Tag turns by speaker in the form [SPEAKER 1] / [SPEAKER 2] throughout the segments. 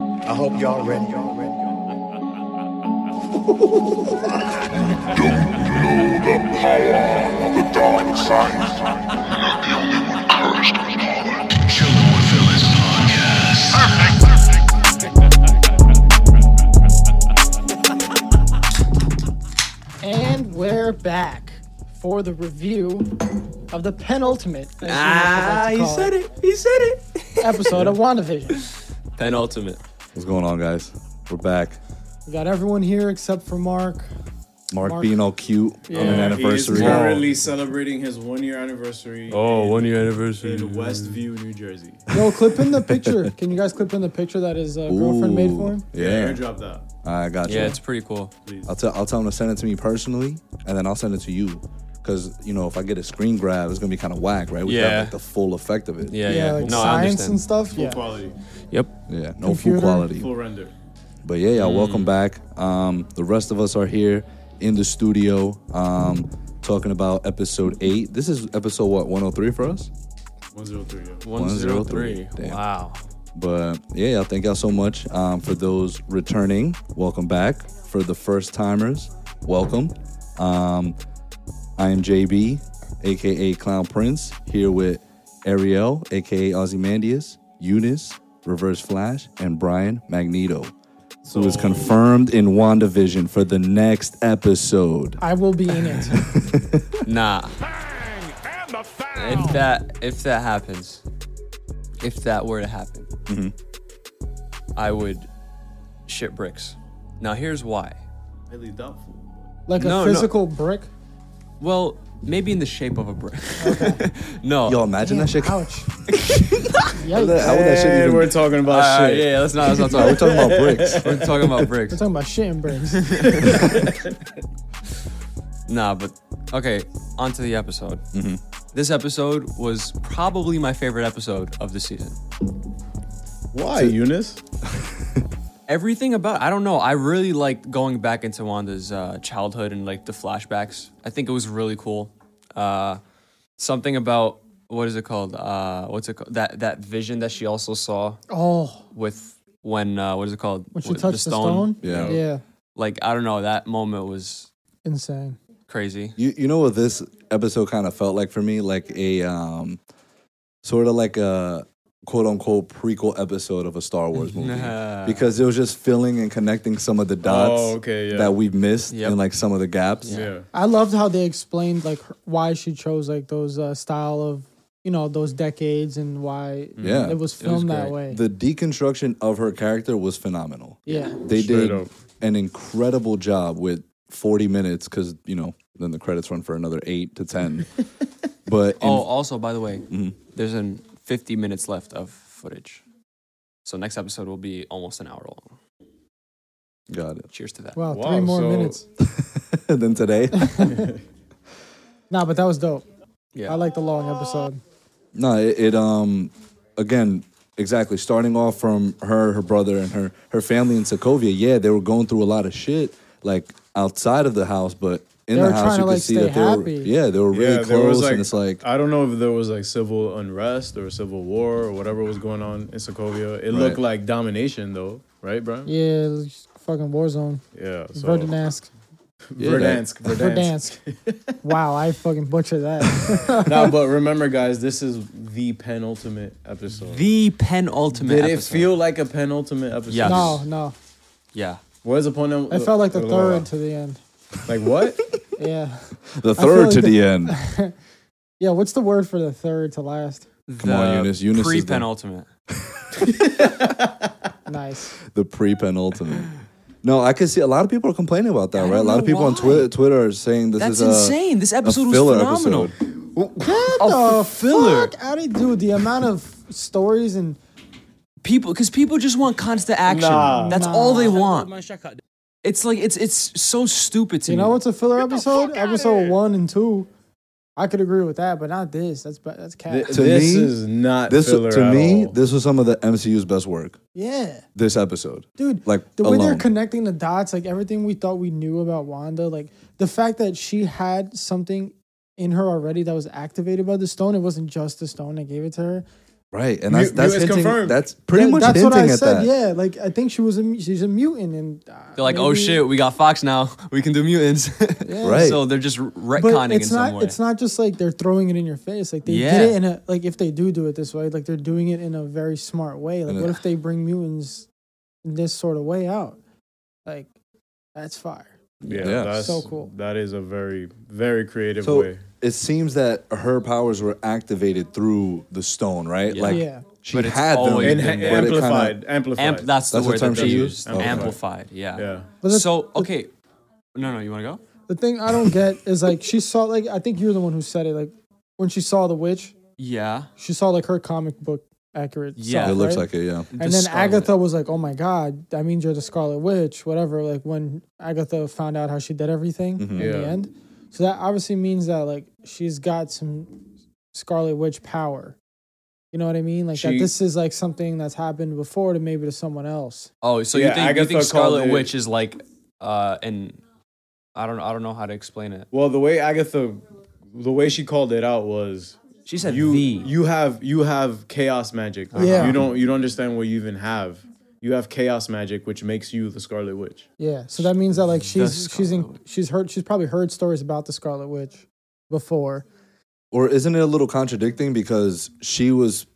[SPEAKER 1] I hope y'all ready.
[SPEAKER 2] And we're back for the review of the penultimate. as you
[SPEAKER 3] Ah,
[SPEAKER 2] like to
[SPEAKER 3] he
[SPEAKER 2] call
[SPEAKER 3] said it. He said it.
[SPEAKER 2] Episode of WandaVision.
[SPEAKER 3] Penultimate.
[SPEAKER 4] What's going on, guys? We're back.
[SPEAKER 2] We got everyone here except for Mark.
[SPEAKER 4] Mark,
[SPEAKER 2] Mark.
[SPEAKER 4] being all cute on an
[SPEAKER 5] Yeah,
[SPEAKER 4] anniversary.
[SPEAKER 5] He is currently celebrating his one year anniversary
[SPEAKER 3] Oh, one year anniversary.
[SPEAKER 5] in Westview, New Jersey.
[SPEAKER 2] Yo, clip in the picture. Can you guys clip in the picture that his uh, girlfriend made for him?
[SPEAKER 4] Yeah,
[SPEAKER 5] Airdrop that.
[SPEAKER 4] I got you.
[SPEAKER 3] Yeah, it's pretty cool.
[SPEAKER 4] I'll tell I'll tell him to send it to me personally, and then I'll send it to you. Cause you know if I get a screen grab, it's gonna be kind of whack, right? We
[SPEAKER 3] Yeah.
[SPEAKER 4] like the full effect of it.
[SPEAKER 3] Yeah, yeah.
[SPEAKER 2] Yeah, like
[SPEAKER 3] no, I
[SPEAKER 2] science
[SPEAKER 3] understand.
[SPEAKER 2] and stuff.
[SPEAKER 5] Full
[SPEAKER 2] Yeah.
[SPEAKER 5] quality,
[SPEAKER 3] Yep.
[SPEAKER 4] yeah, no full
[SPEAKER 2] Computer.
[SPEAKER 4] quality.
[SPEAKER 5] full render.
[SPEAKER 4] But yeah, y'all,
[SPEAKER 3] Mm.
[SPEAKER 4] welcome back. Um, the rest of us are here in the studio, um, talking about episode eight. This is episode what 103 for us.
[SPEAKER 5] 103. yo.
[SPEAKER 3] 103.
[SPEAKER 4] 103. Damn.
[SPEAKER 3] Wow.
[SPEAKER 4] But yeah, y'all, thank y'all so much um, for those returning. Welcome back. For the first timers, welcome. Um, I am JB, aka Clown Prince, here with Ariel, aka Ozymandias, Eunice, Reverse Flash, and Brian Magneto,
[SPEAKER 5] So
[SPEAKER 4] who is confirmed in WandaVision for the next episode.
[SPEAKER 2] I will be in it.
[SPEAKER 3] Nah. If that if that happens, if that were to happen, I would shit bricks. Now here's why.
[SPEAKER 5] Highly doubtful.
[SPEAKER 2] Like a
[SPEAKER 3] No, no.
[SPEAKER 2] physical brick.
[SPEAKER 3] Well, maybe in the shape of a brick. no.
[SPEAKER 4] Yo, imagine
[SPEAKER 2] Damn,
[SPEAKER 4] that shit. How
[SPEAKER 2] Ouch. Yikes.
[SPEAKER 4] would that shit
[SPEAKER 5] And
[SPEAKER 4] even-
[SPEAKER 5] we're talking about
[SPEAKER 3] All right,
[SPEAKER 5] shit.
[SPEAKER 3] Uh, yeah, let's not let's not talk.
[SPEAKER 4] We're talking about bricks.
[SPEAKER 3] We're talking about bricks.
[SPEAKER 2] We're talking about shit and bricks.
[SPEAKER 3] Nah, but okay, on to the episode. This episode was probably my favorite episode of the season.
[SPEAKER 5] Why, Eunice?
[SPEAKER 3] Everything about I don't know. I really liked going back into Wanda's uh, childhood and like the flashbacks. I think it was really cool. Uh, something about what is it called? Uh, what's it called? That that vision that she also saw
[SPEAKER 2] Oh,
[SPEAKER 3] with when uh, what is it called?
[SPEAKER 2] when she
[SPEAKER 3] With
[SPEAKER 2] touched the stone.
[SPEAKER 4] Yeah.
[SPEAKER 2] Yeah.
[SPEAKER 3] Like I don't know. That moment was
[SPEAKER 2] Insane.
[SPEAKER 3] crazy.
[SPEAKER 4] You you know what this episode kind of felt like for me, like a um, sort of like a quote unquote prequel episode of a Star Wars movie,
[SPEAKER 3] Nah.
[SPEAKER 4] because it was just filling and connecting some of the dots
[SPEAKER 5] Mm-hmm. Oh, okay, yeah.
[SPEAKER 4] that we've missed
[SPEAKER 3] Yep.
[SPEAKER 4] and like some of the gaps.
[SPEAKER 5] Yeah.
[SPEAKER 2] I loved how they explained like her, why she chose like those uh, style of you know those decades and why
[SPEAKER 3] Mm.
[SPEAKER 4] Yeah.
[SPEAKER 2] it was filmed that
[SPEAKER 3] great.
[SPEAKER 2] way.
[SPEAKER 4] The deconstruction of her character was phenomenal.
[SPEAKER 2] yeah,
[SPEAKER 4] They
[SPEAKER 5] Straight
[SPEAKER 4] did
[SPEAKER 5] up.
[SPEAKER 4] an incredible job with 40 minutes because you know then the credits run for another eight to ten, but in,
[SPEAKER 3] Oh, also by the way,
[SPEAKER 5] Mm-hmm.
[SPEAKER 3] there's an 50 minutes left of footage. So next episode will be almost an hour long.
[SPEAKER 4] got it.
[SPEAKER 3] Cheers to that.
[SPEAKER 2] wow,
[SPEAKER 5] Wow,
[SPEAKER 2] three more
[SPEAKER 5] so-
[SPEAKER 2] minutes.
[SPEAKER 4] and then today,
[SPEAKER 2] Nah, but that was dope.
[SPEAKER 3] yeah.
[SPEAKER 2] I like the long episode.
[SPEAKER 4] No, it, it um again exactly starting off from her, her brother, and her her family in Sokovia. Yeah, they were going through a lot of shit like outside of the house, but in
[SPEAKER 2] They
[SPEAKER 4] the
[SPEAKER 2] were
[SPEAKER 4] house you
[SPEAKER 2] trying to,
[SPEAKER 4] could
[SPEAKER 2] like,
[SPEAKER 4] see
[SPEAKER 2] stay
[SPEAKER 4] that they were
[SPEAKER 2] happy.
[SPEAKER 4] yeah they were really
[SPEAKER 5] yeah, there
[SPEAKER 4] close,
[SPEAKER 5] was like, "Uh,
[SPEAKER 4] and it's like
[SPEAKER 5] I don't know if there was like civil unrest or civil war or whatever was going on in Sokovia. It looked like domination though, right, Brian?
[SPEAKER 2] Yeah, it was fucking Warzone,
[SPEAKER 5] Yeah. So
[SPEAKER 2] Verdansk,
[SPEAKER 4] yeah,
[SPEAKER 5] Verdansk, Verdansk.
[SPEAKER 2] Verdansk. wow, I fucking butchered that.
[SPEAKER 5] no, but remember, guys, this is the penultimate episode.
[SPEAKER 3] The penultimate
[SPEAKER 5] Did it
[SPEAKER 3] episode.
[SPEAKER 5] feel like a penultimate episode?
[SPEAKER 3] Yeah.
[SPEAKER 2] No, no,
[SPEAKER 3] Yeah.
[SPEAKER 5] What is the point of
[SPEAKER 2] it felt like the third to the end.
[SPEAKER 5] Like what?
[SPEAKER 2] Yeah,
[SPEAKER 4] that- the
[SPEAKER 2] I feel
[SPEAKER 4] third
[SPEAKER 2] like
[SPEAKER 4] to
[SPEAKER 2] the-
[SPEAKER 4] the end.
[SPEAKER 2] yeah. What's the word for the third to last?
[SPEAKER 3] Come
[SPEAKER 4] on, Eunice. Eunice is the-
[SPEAKER 3] Pre-penultimate.
[SPEAKER 2] Nice.
[SPEAKER 4] the pre penultimate. No, I can see a lot of people are complaining about that, right? A lot
[SPEAKER 3] know
[SPEAKER 4] of people on
[SPEAKER 3] why.
[SPEAKER 4] Twitter, Twitter are saying this
[SPEAKER 3] That's
[SPEAKER 4] is a,
[SPEAKER 3] insane. This
[SPEAKER 4] a
[SPEAKER 3] episode was
[SPEAKER 4] filler
[SPEAKER 3] phenomenal.
[SPEAKER 4] episode.
[SPEAKER 2] Get
[SPEAKER 3] Oh,
[SPEAKER 2] the
[SPEAKER 3] filler.
[SPEAKER 2] fuck out of dude. The amount of stories and
[SPEAKER 3] People because people just want constant action.
[SPEAKER 5] Nah.
[SPEAKER 3] That's all they want. It's like it's it's so stupid to
[SPEAKER 2] You
[SPEAKER 3] me.
[SPEAKER 2] know what's a filler episode? Episode one and two. I could agree with that, but not this. That's ba- that's cat.
[SPEAKER 5] Th-
[SPEAKER 4] To
[SPEAKER 5] this
[SPEAKER 4] me,
[SPEAKER 5] is not
[SPEAKER 4] This
[SPEAKER 5] filler
[SPEAKER 4] to
[SPEAKER 5] at
[SPEAKER 4] me,
[SPEAKER 5] all.
[SPEAKER 4] this was some of the MCU's best work.
[SPEAKER 2] yeah,
[SPEAKER 4] This episode,
[SPEAKER 2] dude.
[SPEAKER 4] Like,
[SPEAKER 2] the way they're
[SPEAKER 4] alone.
[SPEAKER 2] connecting the dots, like everything we thought we knew about Wanda, like the fact that she had something in her already that was activated by the stone. It wasn't just the stone that gave it to her.
[SPEAKER 4] Right, and that's
[SPEAKER 5] Mu-
[SPEAKER 4] that's
[SPEAKER 5] mu is
[SPEAKER 4] hinting.
[SPEAKER 5] confirmed.
[SPEAKER 4] That's pretty
[SPEAKER 2] That-
[SPEAKER 4] much
[SPEAKER 2] that's
[SPEAKER 4] hinting
[SPEAKER 2] what I
[SPEAKER 4] at
[SPEAKER 2] said.
[SPEAKER 4] that.
[SPEAKER 2] Yeah, like I think she was a mu- she's a mutant, and uh,
[SPEAKER 3] They're like, oh
[SPEAKER 2] maybe-
[SPEAKER 3] shit, we got Fox now. We can do mutants.
[SPEAKER 4] Right.
[SPEAKER 3] So they're just
[SPEAKER 2] But
[SPEAKER 3] retconning in
[SPEAKER 2] it's
[SPEAKER 3] some
[SPEAKER 2] not
[SPEAKER 3] way.
[SPEAKER 2] it's not just like they're throwing it in your face. Like they
[SPEAKER 3] Yeah.
[SPEAKER 2] did it in a like if they do do it this way, like they're doing it in a very smart way. Like
[SPEAKER 4] And
[SPEAKER 2] what
[SPEAKER 4] it-
[SPEAKER 2] if they bring mutants in this sort of way out? Like that's fire.
[SPEAKER 5] Yeah,
[SPEAKER 4] Yeah.
[SPEAKER 5] that's
[SPEAKER 2] So cool.
[SPEAKER 5] That is a very, very creative
[SPEAKER 4] So
[SPEAKER 5] way.
[SPEAKER 4] it seems that her powers were activated through the stone, right?
[SPEAKER 3] Yeah.
[SPEAKER 4] Like
[SPEAKER 2] yeah.
[SPEAKER 4] she
[SPEAKER 3] But it's
[SPEAKER 4] had them,
[SPEAKER 3] always
[SPEAKER 5] And
[SPEAKER 3] been
[SPEAKER 4] but
[SPEAKER 5] ha-
[SPEAKER 4] it
[SPEAKER 3] there.
[SPEAKER 4] kinda-
[SPEAKER 5] amplified, amplified.
[SPEAKER 3] Amp- that's the
[SPEAKER 4] That's the
[SPEAKER 3] word
[SPEAKER 4] term
[SPEAKER 3] that they
[SPEAKER 4] she
[SPEAKER 3] used.
[SPEAKER 4] used? Okay.
[SPEAKER 3] Amplified. Yeah.
[SPEAKER 5] yeah.
[SPEAKER 2] But that's-
[SPEAKER 3] So okay, no, no, you want to go?
[SPEAKER 2] The thing I don't get is like she saw like I think you're the one who said it like when she saw the witch,
[SPEAKER 3] Yeah.
[SPEAKER 2] she saw like her comic book accurate.
[SPEAKER 3] Yeah.
[SPEAKER 2] self,
[SPEAKER 4] It looks
[SPEAKER 2] right?
[SPEAKER 4] like it, yeah.
[SPEAKER 2] And then Agatha was like, "Oh my God, that means you're the Scarlet Witch, whatever." Like when Agatha found out how she did everything
[SPEAKER 4] Mm-hmm.
[SPEAKER 2] in
[SPEAKER 5] Yeah.
[SPEAKER 2] the end, so that obviously means that like she's got some Scarlet Witch power. You know what I mean? Like that
[SPEAKER 5] She-
[SPEAKER 2] this is like something that's happened before to maybe to someone else.
[SPEAKER 3] Oh, so you
[SPEAKER 5] Yeah,
[SPEAKER 3] think you
[SPEAKER 5] Agatha
[SPEAKER 3] think
[SPEAKER 5] called
[SPEAKER 3] Scarlet
[SPEAKER 5] it-
[SPEAKER 3] Witch is like uh and I don't I don't know how to explain it.
[SPEAKER 5] Well, the way Agatha, the way she called it out was
[SPEAKER 3] She said
[SPEAKER 5] you
[SPEAKER 3] the.
[SPEAKER 5] you have you have chaos magic. Like,
[SPEAKER 2] Yeah.
[SPEAKER 5] You don't you don't understand what you even have. You have chaos magic, which makes you the Scarlet Witch.
[SPEAKER 2] Yeah. So that means that like she's she's
[SPEAKER 3] Scarlet
[SPEAKER 2] in, she's heard she's probably heard stories about the Scarlet Witch before.
[SPEAKER 4] Or isn't it a little contradicting because she was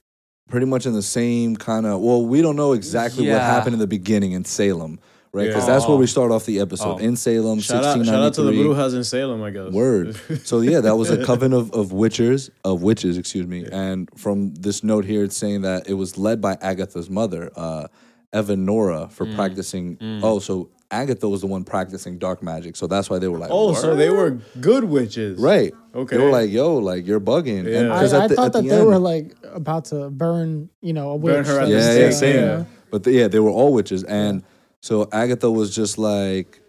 [SPEAKER 4] pretty much in the same kind of well, we don't know exactly what
[SPEAKER 3] Yeah.
[SPEAKER 4] happened in the beginning in Salem, right? Because
[SPEAKER 5] Yeah.
[SPEAKER 4] that's where
[SPEAKER 3] Oh.
[SPEAKER 4] we start off the episode in Salem,
[SPEAKER 5] Shout out,
[SPEAKER 4] 1693.
[SPEAKER 5] shout out to the Brujas in Salem, I guess.
[SPEAKER 4] Word. So yeah, that was a coven of, of witchers, of witches, excuse me. And from this note here, it's saying that it was led by Agatha's mother, uh, Evanora, for
[SPEAKER 5] Mm.
[SPEAKER 4] practicing. Oh, so Agatha was the one practicing dark magic. So that's why they were like,
[SPEAKER 5] Oh, so
[SPEAKER 4] "Word?"
[SPEAKER 5] they were good witches.
[SPEAKER 4] right.
[SPEAKER 5] Okay.
[SPEAKER 4] They were like, yo, like you're bugging. And
[SPEAKER 5] Yeah.
[SPEAKER 2] I,
[SPEAKER 4] 'cause at
[SPEAKER 2] I
[SPEAKER 4] the-
[SPEAKER 2] thought
[SPEAKER 4] at the
[SPEAKER 2] that they
[SPEAKER 4] end-
[SPEAKER 2] were like about to burn, you know, a witch.
[SPEAKER 5] Burn her
[SPEAKER 2] Like,
[SPEAKER 5] at the
[SPEAKER 4] yeah, yeah,
[SPEAKER 5] stake,
[SPEAKER 4] same.
[SPEAKER 5] yeah.
[SPEAKER 4] But the, yeah, they were all witches, and so Agatha was just like,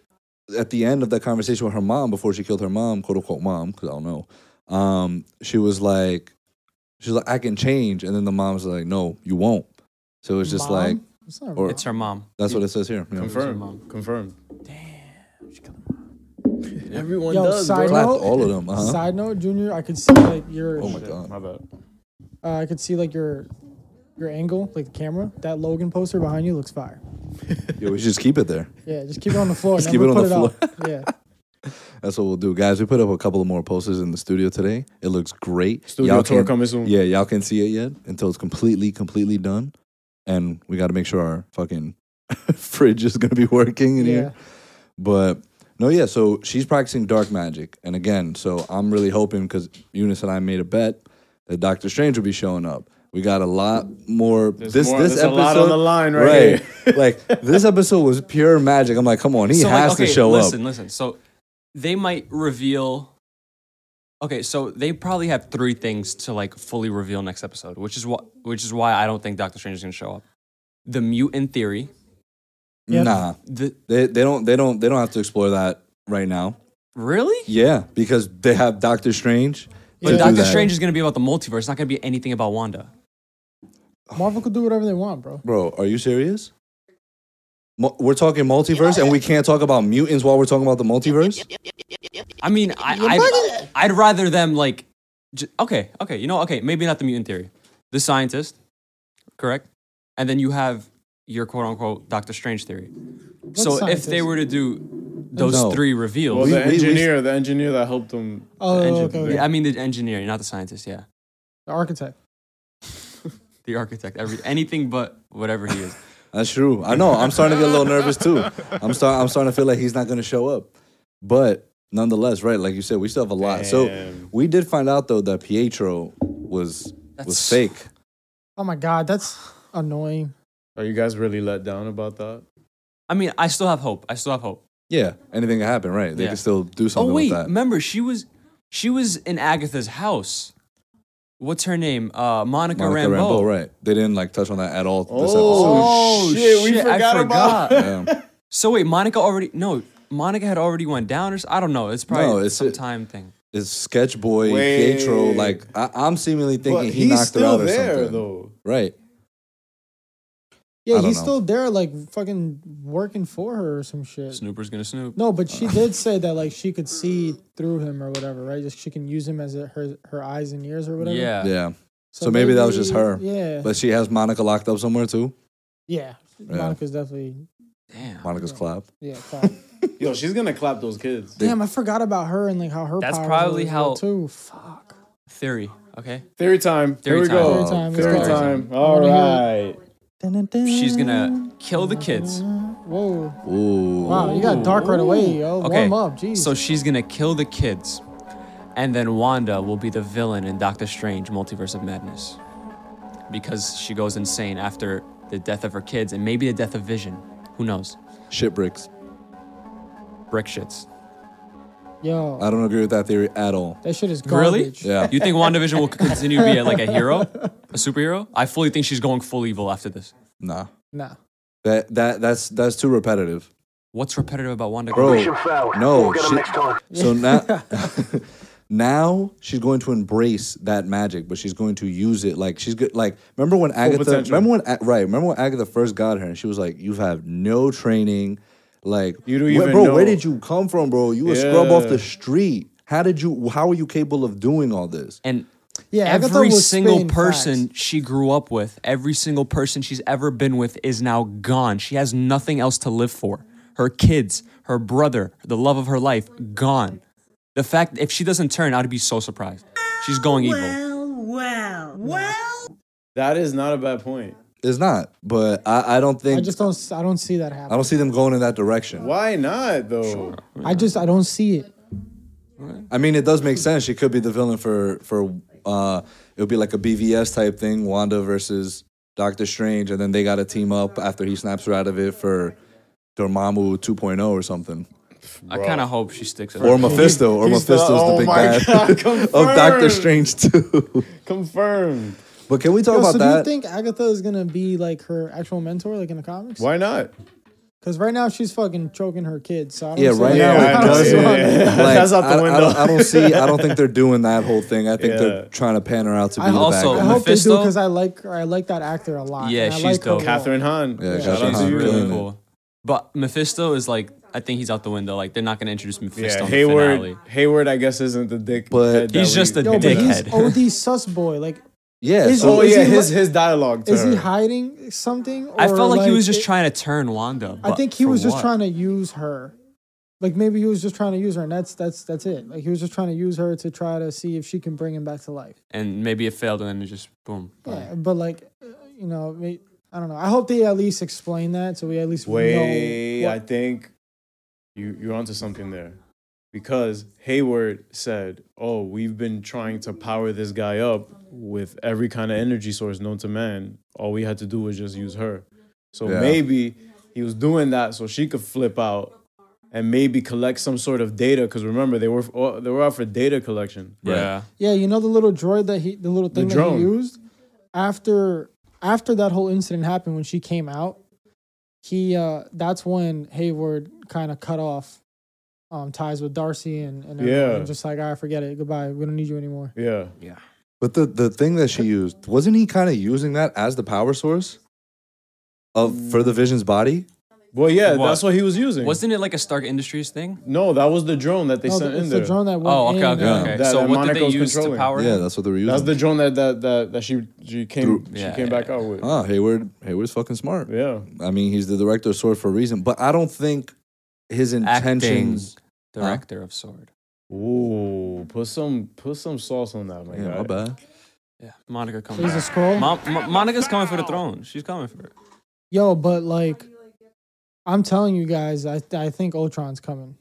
[SPEAKER 4] at the end of that conversation with her mom before she killed her mom, quote unquote mom, because I don't know. Um, she was like, she's like, I can change, and then the mom's like, No, you won't. So it's just
[SPEAKER 2] Mom?
[SPEAKER 4] like
[SPEAKER 2] It's not
[SPEAKER 4] or-
[SPEAKER 2] wrong.
[SPEAKER 3] it's her mom.
[SPEAKER 4] that's what it says here. Yeah.
[SPEAKER 5] confirmed. Confirmed. Damn. Everyone
[SPEAKER 2] Yo,
[SPEAKER 5] does.
[SPEAKER 2] side
[SPEAKER 5] bro.
[SPEAKER 4] Clapped
[SPEAKER 2] note,
[SPEAKER 4] all of them. Uh-huh.
[SPEAKER 2] Side note, Junior, I could see like your,
[SPEAKER 4] oh my
[SPEAKER 2] uh,
[SPEAKER 4] god.
[SPEAKER 5] My bad.
[SPEAKER 2] I could see like your, your angle, like the camera. That Logan poster behind you looks fire.
[SPEAKER 4] Yo, we should just keep it there.
[SPEAKER 2] Yeah, just keep it on the floor.
[SPEAKER 4] Just
[SPEAKER 2] and
[SPEAKER 4] keep
[SPEAKER 2] then
[SPEAKER 4] it
[SPEAKER 2] we'll
[SPEAKER 4] on
[SPEAKER 2] put
[SPEAKER 4] the
[SPEAKER 2] it Up.
[SPEAKER 4] That's what we'll do, guys. We put up a couple of more posters in the studio today. It looks great.
[SPEAKER 5] Studio tour
[SPEAKER 4] can-
[SPEAKER 5] coming soon.
[SPEAKER 4] Yeah, y'all can see it yet until it's completely, completely done. And we got to make sure our fucking fridge is gonna be working
[SPEAKER 2] Yeah,
[SPEAKER 4] in
[SPEAKER 2] yeah.
[SPEAKER 4] here. But no, yeah. So she's practicing dark magic, and again, so I'm really hoping because Eunice and I made a bet that Doctor Strange will be showing up. We got a lot more. this
[SPEAKER 5] more-
[SPEAKER 4] this
[SPEAKER 5] there's a
[SPEAKER 4] episode,
[SPEAKER 5] lot on the line right here.
[SPEAKER 4] like this episode was pure magic. I'm like, come on, he
[SPEAKER 3] so
[SPEAKER 4] has
[SPEAKER 3] like, okay,
[SPEAKER 4] to show
[SPEAKER 3] listen,
[SPEAKER 4] up.
[SPEAKER 3] Listen, So they might reveal. Okay, so they probably have three things to like fully reveal next episode, which is what, which is why I don't think Doctor Strange is gonna show up. The mutant theory.
[SPEAKER 2] Yeah.
[SPEAKER 4] Nah,
[SPEAKER 3] The
[SPEAKER 4] they they don't they don't they don't have to explore that right now.
[SPEAKER 3] really?
[SPEAKER 4] Yeah, because they have Doctor Strange.
[SPEAKER 2] Yeah.
[SPEAKER 3] But
[SPEAKER 4] to do
[SPEAKER 3] Doctor
[SPEAKER 4] that.
[SPEAKER 3] Strange is gonna be about the multiverse. It's not gonna be anything about Wanda.
[SPEAKER 2] Marvel could do whatever they want, bro.
[SPEAKER 4] Bro, are you serious? Mu- We're talking multiverse, and we can't talk about mutants while we're talking about the multiverse.
[SPEAKER 3] I mean, I, I'd, I'd rather them like, j- okay, okay, you know, okay, maybe not the mutant theory, the scientist, correct, and then you have your quote unquote Doctor Strange theory. so if they
[SPEAKER 2] scientist?
[SPEAKER 3] were to do those
[SPEAKER 4] No.
[SPEAKER 3] three reveals,
[SPEAKER 5] Well,
[SPEAKER 4] We-
[SPEAKER 5] the
[SPEAKER 4] we- we-
[SPEAKER 5] engineer, the engineer that helped them.
[SPEAKER 2] Oh,
[SPEAKER 5] the
[SPEAKER 2] okay,
[SPEAKER 5] engine,
[SPEAKER 2] okay.
[SPEAKER 5] the-
[SPEAKER 3] I mean the engineer, not the scientist, yeah,
[SPEAKER 2] The architect.
[SPEAKER 3] the architect, every anything but whatever he is.
[SPEAKER 4] That's true. I know. I'm starting to get a little nervous too. I'm start. I'm starting to feel like he's not going to show up. But nonetheless, right? Like you said, we still have a lot. So
[SPEAKER 5] Damn.
[SPEAKER 4] we did find out though that Pietro was was
[SPEAKER 3] That's-
[SPEAKER 4] fake.
[SPEAKER 2] Oh my God, that's annoying.
[SPEAKER 5] Are you guys really let down about that?
[SPEAKER 3] I mean, I still have hope. I still have hope.
[SPEAKER 4] Yeah, anything can happen, right? They
[SPEAKER 3] Yeah.
[SPEAKER 4] can still do
[SPEAKER 3] Oh
[SPEAKER 4] something
[SPEAKER 3] wait,
[SPEAKER 4] with that.
[SPEAKER 3] remember she was she was in Agatha's house. What's her name? Uh,
[SPEAKER 4] Monica
[SPEAKER 3] Monica, Rambeau.
[SPEAKER 4] Rambeau, right? They didn't like touch on that at all. This episode.
[SPEAKER 5] Oh,
[SPEAKER 3] Oh,
[SPEAKER 5] shit, we
[SPEAKER 3] shit, I
[SPEAKER 5] forgot, about.
[SPEAKER 3] forgot.
[SPEAKER 4] Yeah.
[SPEAKER 3] So wait, Monica already no. Monica had already went down, or s- I don't know. It's probably
[SPEAKER 4] No, it's-
[SPEAKER 3] some time thing.
[SPEAKER 4] is Sketch Boy
[SPEAKER 5] Wait.
[SPEAKER 4] Pietro. Like I, I'm seemingly
[SPEAKER 5] But
[SPEAKER 4] thinking he
[SPEAKER 5] he's
[SPEAKER 4] knocked her
[SPEAKER 5] still
[SPEAKER 4] out or
[SPEAKER 5] there
[SPEAKER 4] something.
[SPEAKER 5] though.
[SPEAKER 4] Right. I
[SPEAKER 2] Yeah,
[SPEAKER 4] don't
[SPEAKER 2] he's
[SPEAKER 4] know.
[SPEAKER 2] still there, like fucking working for her or some shit.
[SPEAKER 3] Snooper's gonna snoop.
[SPEAKER 2] No, but
[SPEAKER 4] Uh.
[SPEAKER 2] she did say that like she could see through him or whatever, right? Just she can use him as a, her her eyes and ears or whatever.
[SPEAKER 3] yeah.
[SPEAKER 4] Yeah. So, maybe, that was just her.
[SPEAKER 2] Yeah.
[SPEAKER 4] But she has Monica locked up somewhere too.
[SPEAKER 2] yeah. Monica's definitely
[SPEAKER 3] Damn.
[SPEAKER 4] Monica's clap.
[SPEAKER 2] yeah. Clap.
[SPEAKER 5] Yo, she's gonna clap those kids.
[SPEAKER 2] Damn, I forgot about her and like how her.
[SPEAKER 3] That's
[SPEAKER 2] powers
[SPEAKER 3] probably
[SPEAKER 2] were
[SPEAKER 3] how-
[SPEAKER 2] too. Fuck.
[SPEAKER 3] Theory. Okay.
[SPEAKER 5] Theory time.
[SPEAKER 3] Theory
[SPEAKER 5] Here we
[SPEAKER 3] time.
[SPEAKER 5] go.
[SPEAKER 2] Theory time, let's
[SPEAKER 5] Theory
[SPEAKER 2] go.
[SPEAKER 5] time.
[SPEAKER 2] I
[SPEAKER 5] All
[SPEAKER 2] wanna hear
[SPEAKER 5] right.
[SPEAKER 3] She's gonna kill the kids.
[SPEAKER 2] Whoa.
[SPEAKER 4] Ooh.
[SPEAKER 2] Wow, you got dark right away, yo.
[SPEAKER 3] Okay.
[SPEAKER 2] Warm up, jeez.
[SPEAKER 3] So she's gonna kill the kids, and then Wanda will be the villain in Doctor Strange: Multiverse of Madness, because she goes insane after the death of her kids and maybe the death of Vision. Who knows?
[SPEAKER 4] Shit bricks.
[SPEAKER 3] Brick shits.
[SPEAKER 2] yo,
[SPEAKER 4] I don't agree with that theory at all.
[SPEAKER 2] that shit is
[SPEAKER 3] Really?
[SPEAKER 2] garbage.
[SPEAKER 4] uh, Yeah.
[SPEAKER 3] You think WandaVision will continue to be a, like a hero, a superhero? I fully think she's going full evil after this.
[SPEAKER 4] Nah.
[SPEAKER 2] Nah.
[SPEAKER 4] That that that's that's too repetitive.
[SPEAKER 3] What's repetitive about Wanda?
[SPEAKER 4] Bro. No. she- So now now she's going to embrace that magic, but she's going to use it like she's good like remember when Agatha
[SPEAKER 5] potential.
[SPEAKER 4] remember when A- right, remember when Agatha first got her and she was like, You have no training. Like
[SPEAKER 5] You don't
[SPEAKER 4] wh-
[SPEAKER 5] even
[SPEAKER 4] bro, where
[SPEAKER 5] know."
[SPEAKER 4] did you come from, bro? You a scrub off
[SPEAKER 5] Yeah.
[SPEAKER 4] the street. How did you how are you capable of doing all this?
[SPEAKER 3] and
[SPEAKER 2] Yeah, Agatha
[SPEAKER 3] every
[SPEAKER 2] was
[SPEAKER 3] single
[SPEAKER 2] spitting
[SPEAKER 3] person
[SPEAKER 2] facts.
[SPEAKER 3] she grew up with, every single person she's ever been with is now gone. She has nothing else to live for. Her kids, her brother, the love of her life, gone. The fact if she doesn't turn, I'd be so surprised. She's going evil.
[SPEAKER 1] well, well, well.
[SPEAKER 5] That is not a bad point.
[SPEAKER 4] It's not. But I, I don't think
[SPEAKER 2] I
[SPEAKER 4] I,
[SPEAKER 2] just don't. s- I don't see that happen.
[SPEAKER 4] don't see them going in that direction.
[SPEAKER 5] Why not though?
[SPEAKER 2] I just. I don't see it.
[SPEAKER 4] I mean, it does make sense. She could be the villain for for uh, it would be like a BVS type thing, Wanda versus Doctor Strange, and then they got to team up after he snaps her out of it for Dormammu 2.0 or something,
[SPEAKER 3] I kind of hope she sticks.
[SPEAKER 4] or
[SPEAKER 3] Or
[SPEAKER 4] Mephisto, or
[SPEAKER 5] He's the-
[SPEAKER 4] Mephisto's the,
[SPEAKER 5] oh
[SPEAKER 4] big
[SPEAKER 5] my
[SPEAKER 4] bad
[SPEAKER 5] God,
[SPEAKER 4] of Doctor
[SPEAKER 5] confirmed.
[SPEAKER 4] Strange too.
[SPEAKER 5] Confirmed.
[SPEAKER 4] but can we talk
[SPEAKER 2] Yo,
[SPEAKER 4] about
[SPEAKER 2] so do you
[SPEAKER 4] that?
[SPEAKER 2] think Agatha is gonna be like her actual mentor, like in the comics?
[SPEAKER 5] Why not?
[SPEAKER 2] Because right now she's fucking choking her kids. So I don't
[SPEAKER 4] yeah,
[SPEAKER 2] see
[SPEAKER 4] right
[SPEAKER 2] it.
[SPEAKER 5] Yeah, I
[SPEAKER 4] now it
[SPEAKER 5] know,
[SPEAKER 4] doesn't.
[SPEAKER 5] yeah, yeah.
[SPEAKER 4] Like,
[SPEAKER 5] That's out the
[SPEAKER 4] I- I,
[SPEAKER 5] window.
[SPEAKER 4] don't, I don't see. I don't think they're doing that whole thing. I think
[SPEAKER 5] Yeah.
[SPEAKER 4] they're trying to pan her out to be
[SPEAKER 2] I
[SPEAKER 4] the
[SPEAKER 2] hope-
[SPEAKER 4] bad
[SPEAKER 3] also-
[SPEAKER 4] guy.
[SPEAKER 2] I hope they do
[SPEAKER 3] Oh, Mephisto?
[SPEAKER 2] because I like her. I like that actor a lot.
[SPEAKER 3] Yeah,
[SPEAKER 2] and I
[SPEAKER 3] she's
[SPEAKER 2] like her
[SPEAKER 3] dope.
[SPEAKER 2] role.
[SPEAKER 5] Catherine Hahn.
[SPEAKER 4] Yeah,
[SPEAKER 5] Shout
[SPEAKER 4] Catherine
[SPEAKER 5] out to
[SPEAKER 4] Hahn,
[SPEAKER 5] you.
[SPEAKER 4] killing
[SPEAKER 3] really
[SPEAKER 4] it.
[SPEAKER 3] cool. But Mephisto is like I think he's out the window. Like they're not gonna introduce Mephisto.
[SPEAKER 5] Yeah,
[SPEAKER 3] in the finale.
[SPEAKER 5] Hayward. Hayward, I guess, isn't the dick.
[SPEAKER 4] But-
[SPEAKER 5] head that
[SPEAKER 3] He's
[SPEAKER 5] we-
[SPEAKER 3] just a
[SPEAKER 2] Yo, but he's
[SPEAKER 3] Dickhead.
[SPEAKER 2] OD sus boy. Like,
[SPEAKER 4] Yeah.
[SPEAKER 2] Is-
[SPEAKER 4] so-
[SPEAKER 5] Oh
[SPEAKER 2] Is
[SPEAKER 5] yeah,
[SPEAKER 2] he
[SPEAKER 5] his
[SPEAKER 2] li-
[SPEAKER 5] his dialogue. To
[SPEAKER 2] is he
[SPEAKER 5] her.
[SPEAKER 2] hiding something? Or
[SPEAKER 3] I felt like, he was
[SPEAKER 2] it-
[SPEAKER 3] just trying to turn Wanda.
[SPEAKER 2] I
[SPEAKER 3] but
[SPEAKER 2] think he
[SPEAKER 3] for
[SPEAKER 2] was just
[SPEAKER 3] what?
[SPEAKER 2] trying to use her. Like maybe he was just trying to use her, and that's that's that's it. Like he was just trying to use her to try to see if she can bring him back to life.
[SPEAKER 3] and maybe it failed, and then it just boom.
[SPEAKER 2] Yeah, but like, uh, you know, may- I don't know. I hope they at least explain that, so we at least
[SPEAKER 5] Wait,
[SPEAKER 2] know.
[SPEAKER 5] I
[SPEAKER 2] what-
[SPEAKER 5] think you you're onto something there, because Hayward said, "Oh, we've been trying to power this guy up with every kind of energy source known to man. All we had to do was just use her. So
[SPEAKER 4] Yeah.
[SPEAKER 5] maybe he was doing that so she could flip out." And maybe collect some sort of data because remember they were oh, they were out for data collection.
[SPEAKER 3] Yeah.
[SPEAKER 2] yeah, you know the little droid that he, the little thing that
[SPEAKER 5] drone.
[SPEAKER 2] he used after after that whole incident happened when she came out. He, uh that's when Hayward kind of cut off um ties with Darcy and and everyone,
[SPEAKER 5] Yeah.
[SPEAKER 2] and just like, all right, forget it, goodbye, we don't need you anymore.
[SPEAKER 5] Yeah,
[SPEAKER 4] But the the thing that she used wasn't he kind of using that as the power source of for the Vision's body?
[SPEAKER 5] Well, yeah,
[SPEAKER 3] What?
[SPEAKER 5] that's what he was using.
[SPEAKER 3] Wasn't it like a Stark Industries thing?
[SPEAKER 5] no, that was the drone that they
[SPEAKER 2] No,
[SPEAKER 5] sent
[SPEAKER 2] it's
[SPEAKER 5] in
[SPEAKER 2] the
[SPEAKER 5] there.
[SPEAKER 2] drone that went
[SPEAKER 3] Oh, okay,
[SPEAKER 2] in
[SPEAKER 3] okay,
[SPEAKER 4] Yeah.
[SPEAKER 3] okay.
[SPEAKER 5] That-
[SPEAKER 3] so
[SPEAKER 5] that
[SPEAKER 3] what did
[SPEAKER 5] Monica
[SPEAKER 3] they
[SPEAKER 5] was
[SPEAKER 3] use to
[SPEAKER 5] controlling.
[SPEAKER 3] power
[SPEAKER 4] Yeah,
[SPEAKER 3] him?
[SPEAKER 4] that's what they were using.
[SPEAKER 5] That's the drone that that that, that she she came
[SPEAKER 4] Through-
[SPEAKER 5] she
[SPEAKER 3] Yeah,
[SPEAKER 5] came back
[SPEAKER 3] yeah,
[SPEAKER 5] out with.
[SPEAKER 4] Ah, Hayward Hayward's fucking smart.
[SPEAKER 5] Yeah,
[SPEAKER 4] I mean, he's the director of Sword for a reason, but I don't think his
[SPEAKER 3] Acting
[SPEAKER 4] intentions.
[SPEAKER 3] director of Sword.
[SPEAKER 5] Ooh, put some put some sauce on that, my
[SPEAKER 4] Yeah,
[SPEAKER 5] guy.
[SPEAKER 4] my bad.
[SPEAKER 3] Yeah, Monica coming.
[SPEAKER 2] He's a scroll.
[SPEAKER 3] Mo- Mo- Monica's coming for the throne. She's coming for it.
[SPEAKER 2] Yo, but like, I'm telling you guys, I I think Ultron's coming.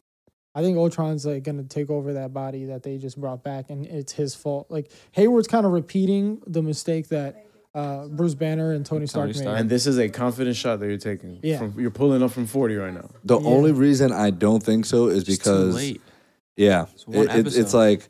[SPEAKER 2] I think Ultron's like gonna take over that body that they just brought back, and it's his fault. Like Hayward's kind of repeating the mistake that uh, Bruce Banner and Tony Stark,
[SPEAKER 3] Tony Stark.
[SPEAKER 2] made.
[SPEAKER 5] And this is a confident shot that you're taking.
[SPEAKER 2] Yeah.
[SPEAKER 5] From, you're pulling up from 40 right now.
[SPEAKER 4] The
[SPEAKER 2] Yeah.
[SPEAKER 4] only reason I don't think so is
[SPEAKER 3] It's
[SPEAKER 4] because
[SPEAKER 3] too late.
[SPEAKER 4] yeah,
[SPEAKER 3] It's one
[SPEAKER 4] It- it- it's
[SPEAKER 3] episode.
[SPEAKER 4] like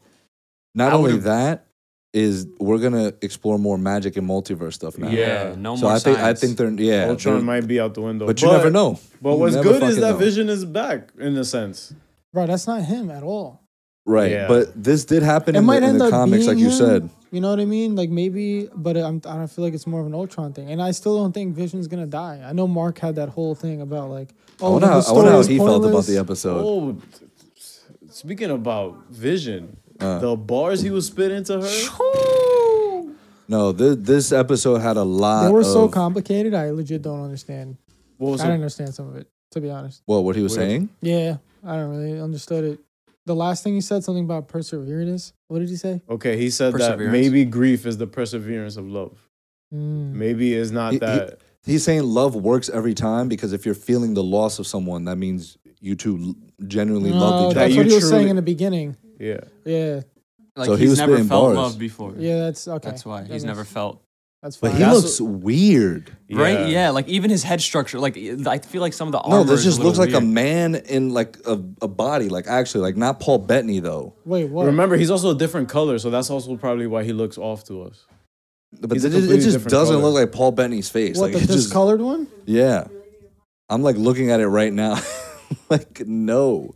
[SPEAKER 4] not
[SPEAKER 3] I
[SPEAKER 4] only
[SPEAKER 3] would've-
[SPEAKER 4] that is we're gonna explore more magic and multiverse stuff now.
[SPEAKER 3] Yeah,
[SPEAKER 5] Yeah.
[SPEAKER 3] no
[SPEAKER 4] So
[SPEAKER 3] more
[SPEAKER 4] I think I
[SPEAKER 3] science.
[SPEAKER 4] think they're yeah,
[SPEAKER 5] Ultron
[SPEAKER 4] they're-
[SPEAKER 5] might be out the window.
[SPEAKER 4] but you never know.
[SPEAKER 5] But
[SPEAKER 4] You
[SPEAKER 5] what's
[SPEAKER 4] never
[SPEAKER 5] good is
[SPEAKER 4] fucking
[SPEAKER 5] that
[SPEAKER 4] know.
[SPEAKER 5] Vision is back in a sense.
[SPEAKER 2] Bro, that's not him at all.
[SPEAKER 4] Right,
[SPEAKER 5] Yeah.
[SPEAKER 4] but this did happen
[SPEAKER 2] It
[SPEAKER 4] in,
[SPEAKER 2] might
[SPEAKER 4] the, in
[SPEAKER 2] end
[SPEAKER 4] the
[SPEAKER 2] up
[SPEAKER 4] comics,
[SPEAKER 2] being
[SPEAKER 4] like you
[SPEAKER 2] him,
[SPEAKER 4] said.
[SPEAKER 2] You know what I mean? Like maybe, but I'm, I don't feel like it's more of an Ultron thing. And I still don't think Vision's gonna die. I know Mark had that whole thing about like,
[SPEAKER 4] I
[SPEAKER 2] oh,
[SPEAKER 4] wonder
[SPEAKER 2] the
[SPEAKER 4] how, I
[SPEAKER 2] story
[SPEAKER 4] wonder how
[SPEAKER 2] is
[SPEAKER 4] he felt about
[SPEAKER 2] pointless.
[SPEAKER 4] the episode.
[SPEAKER 5] Oh, t- t-
[SPEAKER 4] Uh.
[SPEAKER 5] speaking about Vision, the bars he was spitting to her.
[SPEAKER 4] No, this, this episode had a lot.
[SPEAKER 2] They were so
[SPEAKER 4] of-
[SPEAKER 2] complicated. I legit don't understand.
[SPEAKER 5] What was
[SPEAKER 2] I don't
[SPEAKER 5] it?
[SPEAKER 2] understand some of it, to be honest.
[SPEAKER 4] What what he was
[SPEAKER 5] Wait.
[SPEAKER 4] saying?
[SPEAKER 2] Yeah, I don't really understood it. The last thing he said, something about perseverance. What did he say?
[SPEAKER 5] Okay, he said that
[SPEAKER 3] Perseverance.
[SPEAKER 5] maybe grief is the perseverance of love.
[SPEAKER 2] Mm.
[SPEAKER 5] Maybe it's not
[SPEAKER 4] He- he-
[SPEAKER 5] that.
[SPEAKER 4] He's saying love works every time because if you're feeling the loss of someone, that means you two l- genuinely
[SPEAKER 2] No,
[SPEAKER 4] loved
[SPEAKER 5] That
[SPEAKER 2] that's
[SPEAKER 4] each
[SPEAKER 5] you
[SPEAKER 2] what
[SPEAKER 4] other.
[SPEAKER 2] he was saying
[SPEAKER 5] truly-
[SPEAKER 2] in the beginning.
[SPEAKER 5] yeah.
[SPEAKER 2] Yeah,
[SPEAKER 3] Like
[SPEAKER 4] So he
[SPEAKER 3] he's
[SPEAKER 4] was
[SPEAKER 3] never
[SPEAKER 4] spitting
[SPEAKER 3] felt
[SPEAKER 4] bars.
[SPEAKER 3] love before.
[SPEAKER 2] yeah, that's okay.
[SPEAKER 3] That's why
[SPEAKER 2] That
[SPEAKER 3] he's
[SPEAKER 2] makes-
[SPEAKER 3] never felt
[SPEAKER 2] That's fine.
[SPEAKER 4] But he
[SPEAKER 3] That's
[SPEAKER 4] looks weird.
[SPEAKER 3] right. Yeah, like even his head structure. Like I feel like some of the armor.
[SPEAKER 4] No, this
[SPEAKER 3] is
[SPEAKER 4] just
[SPEAKER 3] little
[SPEAKER 4] looks like a
[SPEAKER 3] weird.
[SPEAKER 4] man in like a, a body. Like actually, like not Paul Bettany though.
[SPEAKER 2] Wait, what?
[SPEAKER 5] Remember, he's also a different color, so that's also probably why he looks off to us.
[SPEAKER 4] But
[SPEAKER 5] He's a
[SPEAKER 4] it, just- it
[SPEAKER 5] completely
[SPEAKER 4] just
[SPEAKER 5] different
[SPEAKER 4] doesn't
[SPEAKER 5] color.
[SPEAKER 4] look like Paul Bettany's face. like
[SPEAKER 2] what the
[SPEAKER 4] it just
[SPEAKER 2] discolored one?
[SPEAKER 4] yeah. I'm like looking at it right now. like no,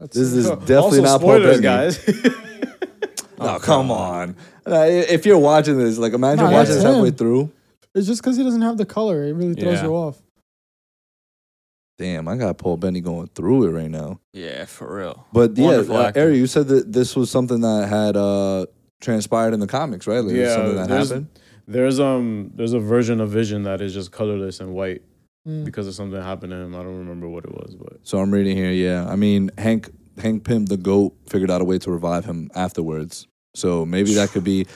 [SPEAKER 2] That's
[SPEAKER 4] this is
[SPEAKER 5] So,
[SPEAKER 4] definitely
[SPEAKER 5] also,
[SPEAKER 4] not Paul
[SPEAKER 5] spoilers,
[SPEAKER 4] Bettany.
[SPEAKER 5] guys.
[SPEAKER 4] No, come on. Uh, i- if you're watching this, like imagine
[SPEAKER 2] No,
[SPEAKER 4] watching
[SPEAKER 2] that's
[SPEAKER 4] this halfway
[SPEAKER 2] him.
[SPEAKER 4] through.
[SPEAKER 2] It's just because he doesn't have the color. It really throws
[SPEAKER 3] Yeah.
[SPEAKER 2] you off.
[SPEAKER 4] Damn, I got Paul Bettany going through it right now.
[SPEAKER 3] Yeah, for real.
[SPEAKER 4] But yeah,
[SPEAKER 3] Wonderful
[SPEAKER 4] uh,
[SPEAKER 3] actor.
[SPEAKER 4] Ari, you said that this was something that had uh, transpired in the comics, right? Like, it was
[SPEAKER 5] Yeah,
[SPEAKER 4] something that
[SPEAKER 5] there's-
[SPEAKER 4] happened.
[SPEAKER 5] there's um there's a version of Vision that is just colorless and white
[SPEAKER 2] Mm.
[SPEAKER 5] because of something that happened to him. I don't remember what it was, but
[SPEAKER 4] So I'm reading here. Yeah, I mean Hank Hank Pym, the goat, figured out a way to revive him afterwards. So maybe that could be